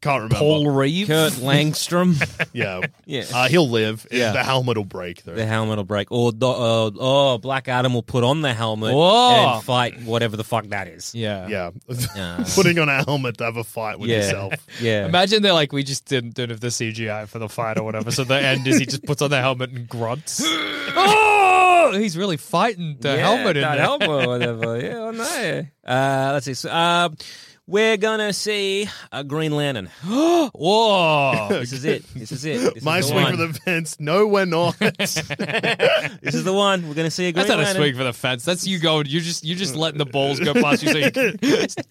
Speaker 3: can't remember.
Speaker 4: Paul Reeve.
Speaker 7: *laughs* Kurt Langstrom.
Speaker 3: Yeah,
Speaker 7: *laughs* yeah.
Speaker 3: Uh, he'll live.
Speaker 7: Yeah.
Speaker 3: The helmet will break, though.
Speaker 7: the helmet will break, or the, uh, oh, Black Adam will put on the helmet
Speaker 4: Whoa.
Speaker 7: and fight whatever the fuck that is.
Speaker 4: Yeah.
Speaker 3: *laughs* yeah.
Speaker 7: Yeah.
Speaker 3: *laughs* Putting on a helmet to have a fight with
Speaker 7: Yeah. *laughs*
Speaker 3: yourself.
Speaker 7: Yeah.
Speaker 4: Imagine they're like, we just didn't don't have the CGI for the fight or whatever. So the end is he just puts on the helmet and grunts. oh, he's really fighting the
Speaker 7: Yeah,
Speaker 4: helmet in
Speaker 7: that
Speaker 4: there.
Speaker 7: helmet
Speaker 4: *laughs*
Speaker 7: or whatever. yeah, oh no. Uh, let's see. So, uh, we're gonna see a Green Lantern. *gasps*
Speaker 4: Whoa.
Speaker 7: This is it. This is
Speaker 4: *laughs*
Speaker 7: it. This
Speaker 3: My
Speaker 7: is the
Speaker 3: swing
Speaker 7: one.
Speaker 3: for the fence. No, we're
Speaker 7: *laughs*
Speaker 3: not.
Speaker 7: This is the one. We're gonna see a Green
Speaker 4: That's not a
Speaker 7: Lantern.
Speaker 4: swing for the fence. That's you going. You just you just letting the balls go past you so you can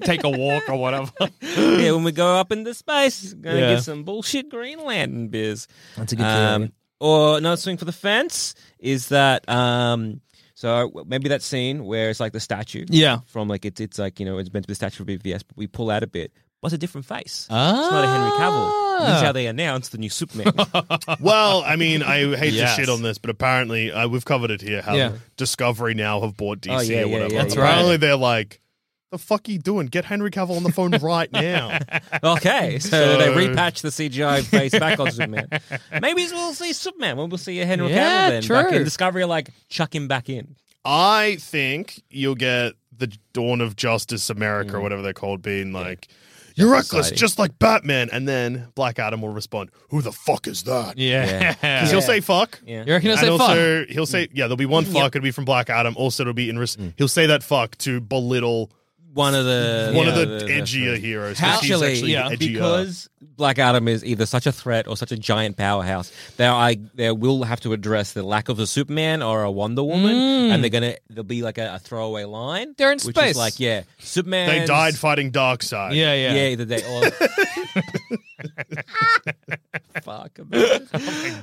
Speaker 4: take a walk or whatever.
Speaker 7: yeah, when we go up into space, we're gonna
Speaker 4: Yeah.
Speaker 7: get some bullshit Green Lantern biz.
Speaker 4: That's a
Speaker 7: Um, or another swing for the fence is that um, so maybe that scene where it's like the statue.
Speaker 4: Yeah.
Speaker 7: From like it's it's like you know it's meant to be the statue of BVS, but we pull out a bit. What's a different face?
Speaker 4: Ah.
Speaker 7: It's not a Henry Cavill. This is how they announced the
Speaker 4: *laughs*
Speaker 7: new Superman.
Speaker 3: well, I mean, I hate
Speaker 4: Yes.
Speaker 3: to shit on this, but apparently uh, we've covered it here how
Speaker 4: Yeah.
Speaker 3: Discovery now have bought DC
Speaker 7: Oh, yeah,
Speaker 3: or
Speaker 7: yeah,
Speaker 3: whatever.
Speaker 7: yeah, That's
Speaker 4: yeah. right.
Speaker 3: Apparently they're like, the fuck are you doing? Get Henry Cavill on the phone right
Speaker 7: *laughs*
Speaker 3: now.
Speaker 7: okay, so they
Speaker 3: So-
Speaker 7: repatch the CGI face back on Superman. *laughs* Maybe we'll see Superman. We'll see a Henry
Speaker 4: Yeah,
Speaker 7: Cavill then. Back
Speaker 4: true.
Speaker 7: in Discovery, like chuck him back in.
Speaker 3: I think you'll get the Dawn of Justice America
Speaker 7: Hmm.
Speaker 3: or whatever they're called being like, you're reckless,
Speaker 7: exciting.
Speaker 3: just like Batman. And then Black Adam will respond, who the fuck is that?
Speaker 4: Yeah.
Speaker 3: Because he'll say fuck.
Speaker 7: Yeah.
Speaker 4: *laughs*
Speaker 7: Hmm.
Speaker 4: You reckon I
Speaker 3: and
Speaker 4: say fuck? Hmm.
Speaker 3: also he'll say yeah there'll be one fuck it'll be from black adam also it'll be in res- he'll say that fuck to belittle
Speaker 7: One of the
Speaker 3: one of
Speaker 7: yeah,
Speaker 3: the edgier heroes 'cause he's
Speaker 7: Actually,
Speaker 3: actually
Speaker 4: yeah,
Speaker 3: edgier.
Speaker 7: because Black Adam is either such a threat or such a giant powerhouse, they I they will have to address the lack of a Superman or a Wonder Woman, and they're gonna there'll be like a, a throwaway line.
Speaker 4: Mm. They're in
Speaker 7: which is
Speaker 4: space.
Speaker 7: like yeah, Superman.
Speaker 3: they died fighting dark side
Speaker 4: yeah,
Speaker 7: Yeah,
Speaker 4: yeah.
Speaker 7: either they
Speaker 4: *laughs*
Speaker 7: or. Fuck. imagine.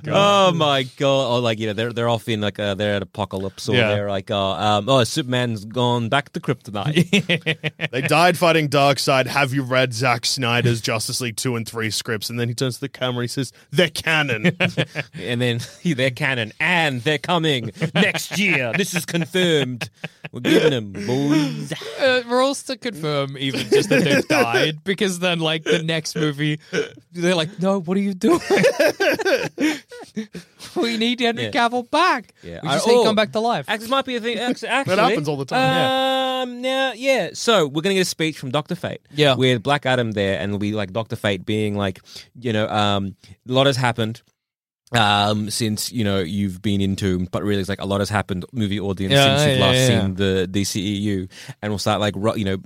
Speaker 7: Oh my god! Or like you know they're they're off in like uh, they're at apocalypse or
Speaker 4: Yeah.
Speaker 7: they're like uh, um, oh Superman's gone back to kryptonite. *laughs*
Speaker 3: they died fighting dark side have you read Zack snyder's justice league 2 and 3 scripts and then he turns to the camera he says they're
Speaker 4: *laughs*
Speaker 3: canon
Speaker 7: and then *laughs* they're canon, and they're coming next year. This is confirmed. We're giving them boys.
Speaker 4: uh, rules to confirm even just that
Speaker 7: *laughs*
Speaker 4: they've died because then like the next movie they're like no what are you doing *laughs* we need henry
Speaker 7: Yeah.
Speaker 4: cavill back
Speaker 7: Yeah.
Speaker 4: we just
Speaker 7: I-
Speaker 4: need
Speaker 7: oh.
Speaker 4: come back to life
Speaker 7: Actually, this might be a thing. Actually, that
Speaker 3: happens all the time,
Speaker 7: Um, now, yeah. So we're gonna get a speech from Doctor Fate.
Speaker 4: Yeah.
Speaker 7: with Black Adam there, and it'll be like Doctor Fate being like, you know, um, a lot has happened. Um, since you know you've been entombed, but really, it's like a lot has happened, movie audience,
Speaker 4: Yeah,
Speaker 7: since you've
Speaker 4: yeah,
Speaker 7: last
Speaker 4: yeah, yeah.
Speaker 7: seen the DCEU, and we'll start like, ru- you know,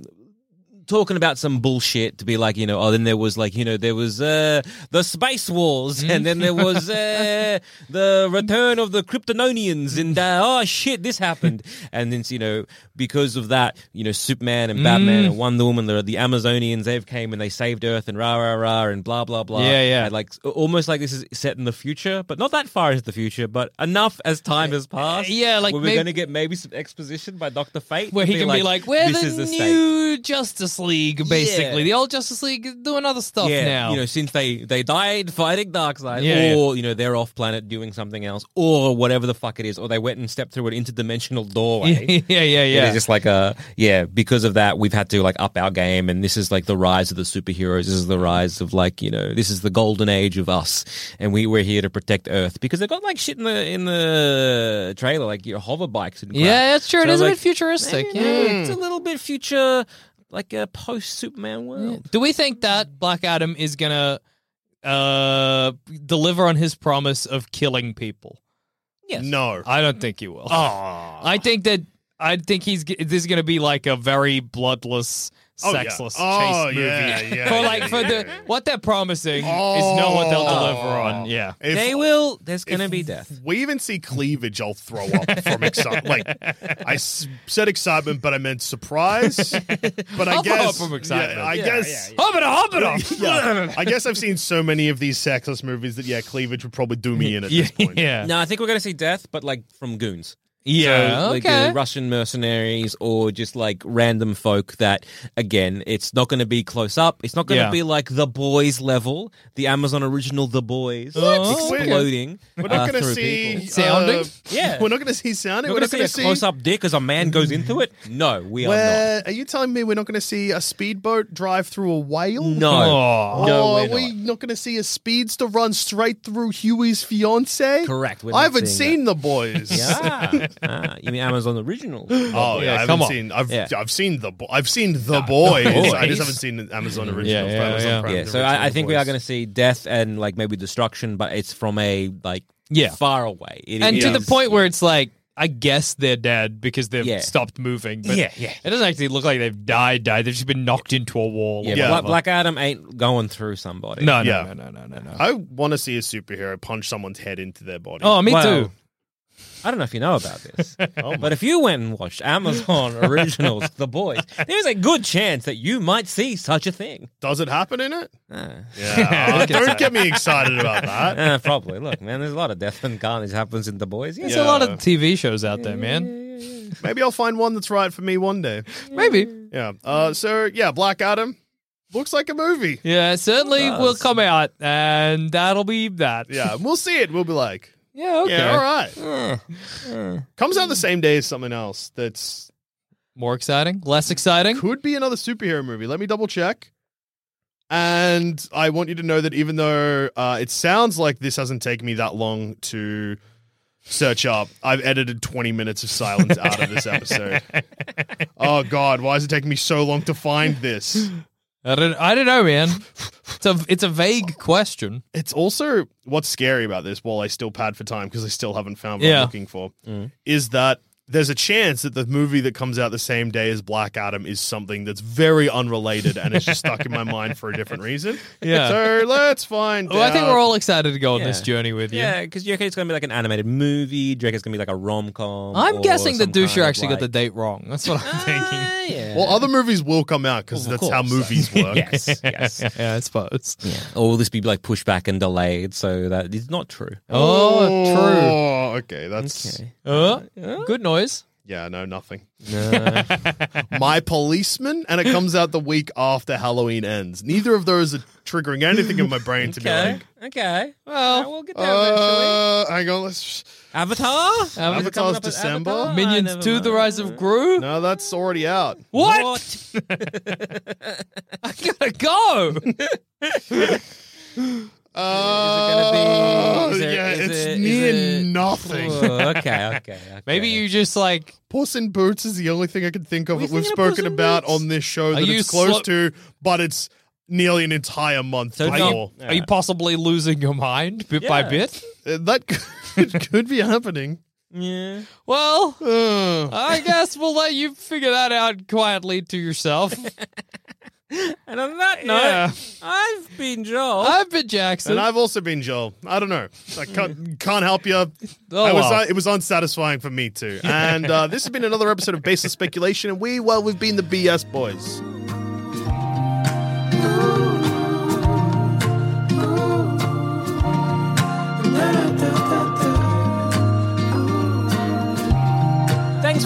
Speaker 7: talking about some bullshit to be like, you know, oh, then there was like, you know, there was uh, the Space Wars,
Speaker 4: Hmm?
Speaker 7: and then
Speaker 4: *laughs*
Speaker 7: there was uh, the Return of the Kryptononians, and uh, oh shit, this happened, and then you know, because of that, you know, Superman and Batman
Speaker 4: Hmm?
Speaker 7: and Wonder Woman, the, the Amazonians, they came and they saved Earth, and rah rah rah, and blah blah blah.
Speaker 4: Yeah, yeah.
Speaker 7: And, like almost like this is set in the future, but not that far into the future, but enough as time has passed.
Speaker 4: Uh, yeah, like
Speaker 7: where we're
Speaker 4: maybe-
Speaker 7: going to get maybe some exposition by Doctor Fate,
Speaker 4: where
Speaker 7: to
Speaker 4: he can be like, "We're
Speaker 7: this
Speaker 4: the,
Speaker 7: is the state."
Speaker 4: new Justice League, basically. The old Justice League is doing other stuff
Speaker 7: yeah,
Speaker 4: now."
Speaker 7: You know, since they they died fighting Darkseid,
Speaker 4: Yeah,
Speaker 7: or you know they're off planet doing something else, or whatever the fuck it is, or they went and stepped through an interdimensional doorway.
Speaker 4: *laughs* yeah, yeah, *laughs* yeah,
Speaker 7: It is just like a yeah. Because of that, we've had to like up our game, and this is like the rise of the superheroes. This is the rise of like you know this is the golden age of us, and we we're here to protect Earth because they've got like shit in the in the trailer, like your hover bikes and crap.
Speaker 4: Yeah, that's true. It
Speaker 7: So,
Speaker 4: is a
Speaker 7: like,
Speaker 4: bit futuristic.
Speaker 7: eh,
Speaker 4: Yeah.
Speaker 7: it's a little bit future, like a post Superman world.
Speaker 4: Do we think that Black Adam is gonna uh deliver on his promise of killing people?
Speaker 7: Yes.
Speaker 3: No.
Speaker 4: I don't think he will.
Speaker 3: Ah.
Speaker 4: I think that I think he's g- this is gonna be like a very bloodless,
Speaker 3: Oh, yeah.
Speaker 4: sexless
Speaker 3: Oh,
Speaker 4: chase movie.
Speaker 3: yeah, yeah,
Speaker 4: *laughs* for
Speaker 3: yeah,
Speaker 4: like for
Speaker 3: yeah,
Speaker 4: the
Speaker 3: yeah. Oh.
Speaker 4: what they're promising is not what they'll deliver
Speaker 3: *laughs*
Speaker 4: on. Yeah.
Speaker 3: If-
Speaker 7: they will. There's going to
Speaker 3: if
Speaker 7: be death.
Speaker 3: We even see cleavage. I'll throw up
Speaker 7: *laughs*
Speaker 3: from excitement. like I s- said, excitement, but I meant
Speaker 7: *laughs*
Speaker 3: surprise. But I
Speaker 4: I'll throw
Speaker 3: guess
Speaker 4: up from excitement.
Speaker 3: Yeah, I
Speaker 4: Yeah,
Speaker 3: guess.
Speaker 4: Hobbit, hobbit,
Speaker 3: *laughs*
Speaker 4: hobbit.
Speaker 3: Yeah. I guess I've seen so many of these sexless movies that yeah, cleavage would probably do me in at
Speaker 4: *laughs* Yeah,
Speaker 3: this point.
Speaker 4: *laughs* yeah,
Speaker 7: No, I think we're going to see death, but like from goons. Oh,
Speaker 4: yeah.
Speaker 7: So,
Speaker 4: okay.
Speaker 7: like the Russian mercenaries or just like random folk that, again, it's not going to be close up. It's not going to
Speaker 4: Yeah.
Speaker 7: be like the boys level, the Amazon original The Boys
Speaker 4: What?
Speaker 7: exploding.
Speaker 3: We're not
Speaker 7: uh,
Speaker 3: going to
Speaker 7: through
Speaker 3: see
Speaker 7: people.
Speaker 3: uh,
Speaker 4: Sounding?
Speaker 7: Yeah.
Speaker 3: we're not going to see sounding.
Speaker 7: We're
Speaker 3: We're
Speaker 7: going
Speaker 3: not
Speaker 7: to
Speaker 3: going to see.
Speaker 7: see a close up dick as a man goes into it. No, we are
Speaker 3: Where, are you telling me we're not going to see a speedboat drive through a whale?
Speaker 7: not. No,
Speaker 4: Oh.
Speaker 7: no,
Speaker 3: Oh,
Speaker 7: we're
Speaker 3: are
Speaker 7: not.
Speaker 3: we not going to see a speedster run straight through Huey's fiance?
Speaker 7: Correct, we're not
Speaker 3: I haven't
Speaker 7: seeing
Speaker 3: seen the boys.
Speaker 7: Yeah. Ah, you mean Amazon original?
Speaker 3: *laughs* Oh yeah, I
Speaker 4: Yeah,
Speaker 3: haven't
Speaker 4: come on.
Speaker 3: seen. I've
Speaker 7: Yeah.
Speaker 3: I've seen the Bo- I've seen the boys. I
Speaker 4: Boys.
Speaker 3: just haven't seen the Amazon original.
Speaker 4: Yeah, yeah, yeah.
Speaker 7: yeah, so I, I think we are going to see death and like maybe destruction, but it's from a like
Speaker 4: Yeah.
Speaker 7: far away. It
Speaker 4: and to the
Speaker 7: is-
Speaker 4: point where it's like I guess they're dead because they've
Speaker 7: Yeah.
Speaker 4: stopped moving. But
Speaker 7: Yeah, yeah.
Speaker 4: It doesn't actually look like they've died. Died. They've just been knocked into a wall.
Speaker 7: yeah,
Speaker 4: or
Speaker 7: Bla-
Speaker 4: whatever.
Speaker 7: Black, Adam ain't going through somebody.
Speaker 4: No, no,
Speaker 3: Yeah.
Speaker 4: no, no, no, no, no.
Speaker 3: I want to see a superhero punch someone's head into their body.
Speaker 4: oh, me
Speaker 7: Well,
Speaker 4: too.
Speaker 7: I don't know if you know about *laughs* this, but if you went and watched *laughs* Amazon Originals, The Boys, there's a good chance that you might see such a thing.
Speaker 3: does it happen in it?
Speaker 7: Ah. *laughs*
Speaker 3: Yeah, oh, don't get me excited about that.
Speaker 7: Ah, probably. Look, man, there's a lot of death and carnage happens in The Boys. Yeah.
Speaker 4: There's a lot of TV shows out there, man.
Speaker 3: Maybe I'll find one that's right for me one day.
Speaker 4: Maybe.
Speaker 3: Yeah. Uh, so yeah, Black Adam looks like a movie.
Speaker 4: Yeah, certainly will come out, and that'll be that. *laughs*
Speaker 3: Yeah, and we'll see it. We'll be like,
Speaker 4: yeah, okay. Uh,
Speaker 3: yeah, all right. Comes out the same day as something else that's
Speaker 4: More exciting, less exciting.
Speaker 3: could be another superhero movie. Let me double check. And I want you to know that even though uh, it sounds like this hasn't taken me that long to search up, I've edited 20 minutes of silence out of this
Speaker 4: *laughs*
Speaker 3: episode. oh, God, why is it taking me so long to find this?
Speaker 4: I don't, I don't know, man. It's a, it's a vague question.
Speaker 3: It's also what's scary about this, while I still pad for time because I still haven't found what
Speaker 4: Yeah. Mm.
Speaker 3: I'm looking for, is that there's a chance that the movie that comes out the same day as Black Adam is something that's very unrelated and it's just stuck in my mind for a different reason.
Speaker 4: *laughs* Yeah.
Speaker 3: So let's find
Speaker 4: Well, I think
Speaker 3: out.
Speaker 4: we're all excited to go on
Speaker 7: Yeah.
Speaker 4: this journey with you.
Speaker 7: Yeah, because you reckon it's going to be like an animated movie? Do you reckon it's going to be like a rom com?
Speaker 4: I'm guessing the doucher actually got the date wrong. That's what I'm thinking. *laughs*
Speaker 7: Ah, yeah.
Speaker 3: Well, other movies will come out because
Speaker 7: Of
Speaker 3: that's how
Speaker 7: course.
Speaker 3: movies work.
Speaker 4: *laughs*
Speaker 7: yes, yes.
Speaker 4: Yeah, I suppose.
Speaker 7: Or will this be like pushed back and delayed so that it's not true?
Speaker 4: Oh,
Speaker 3: Oh, okay. That's.
Speaker 4: true. Uh, good noise.
Speaker 3: Yeah, no, nothing. *laughs* My Policeman, and it comes out the week after Halloween ends. Neither of those are triggering anything in my brain to be
Speaker 7: Okay.
Speaker 3: like.
Speaker 7: Okay.
Speaker 4: Well,
Speaker 7: we'll get there eventually.
Speaker 3: Uh, hang on, let's.
Speaker 7: Avatar?
Speaker 4: Avatar's
Speaker 7: Is it coming up as
Speaker 3: December?
Speaker 7: Avatar?
Speaker 4: Minions
Speaker 7: Never
Speaker 4: 2,
Speaker 7: mind.
Speaker 4: The Rise of Gru.
Speaker 3: No, that's already out.
Speaker 4: What? *laughs*
Speaker 7: *laughs*
Speaker 4: I gotta go.
Speaker 3: Uh,
Speaker 7: Is it gonna be- is there-
Speaker 3: Oh, yeah,
Speaker 7: is
Speaker 3: it's
Speaker 7: it- is
Speaker 3: near
Speaker 7: it-
Speaker 3: nothing. *laughs*
Speaker 7: Oh, okay, okay, okay.
Speaker 4: Maybe you just like.
Speaker 3: Puss in Boots is the only thing I can think of
Speaker 7: Were you
Speaker 3: that we've
Speaker 7: thinking of Puss
Speaker 3: spoken
Speaker 7: in
Speaker 3: about
Speaker 7: Boots?
Speaker 3: on this show
Speaker 4: Are
Speaker 3: that
Speaker 4: you
Speaker 3: it's close
Speaker 4: slo-
Speaker 3: to, but it's nearly an entire month
Speaker 7: So
Speaker 3: before.
Speaker 7: no-
Speaker 4: Are you possibly losing your mind bit by
Speaker 7: Yeah.
Speaker 4: bit?
Speaker 3: Uh, That *laughs* could, could be happening.
Speaker 7: Yeah.
Speaker 4: Well,
Speaker 3: Uh, *laughs*
Speaker 4: I guess we'll let you figure that out quietly to yourself.
Speaker 7: And on that note,
Speaker 4: Yeah.
Speaker 7: I've been Joel.
Speaker 4: I've been Jackson.
Speaker 3: And I've also been Joel. I don't know. I can't, can't help
Speaker 7: *laughs*
Speaker 3: you.
Speaker 4: Oh,
Speaker 3: I was, uh,
Speaker 4: well.
Speaker 3: it was unsatisfying for me too. And uh, this has been another episode of Baseless Speculation. And we, well, we've been the BS boys.
Speaker 7: Thanks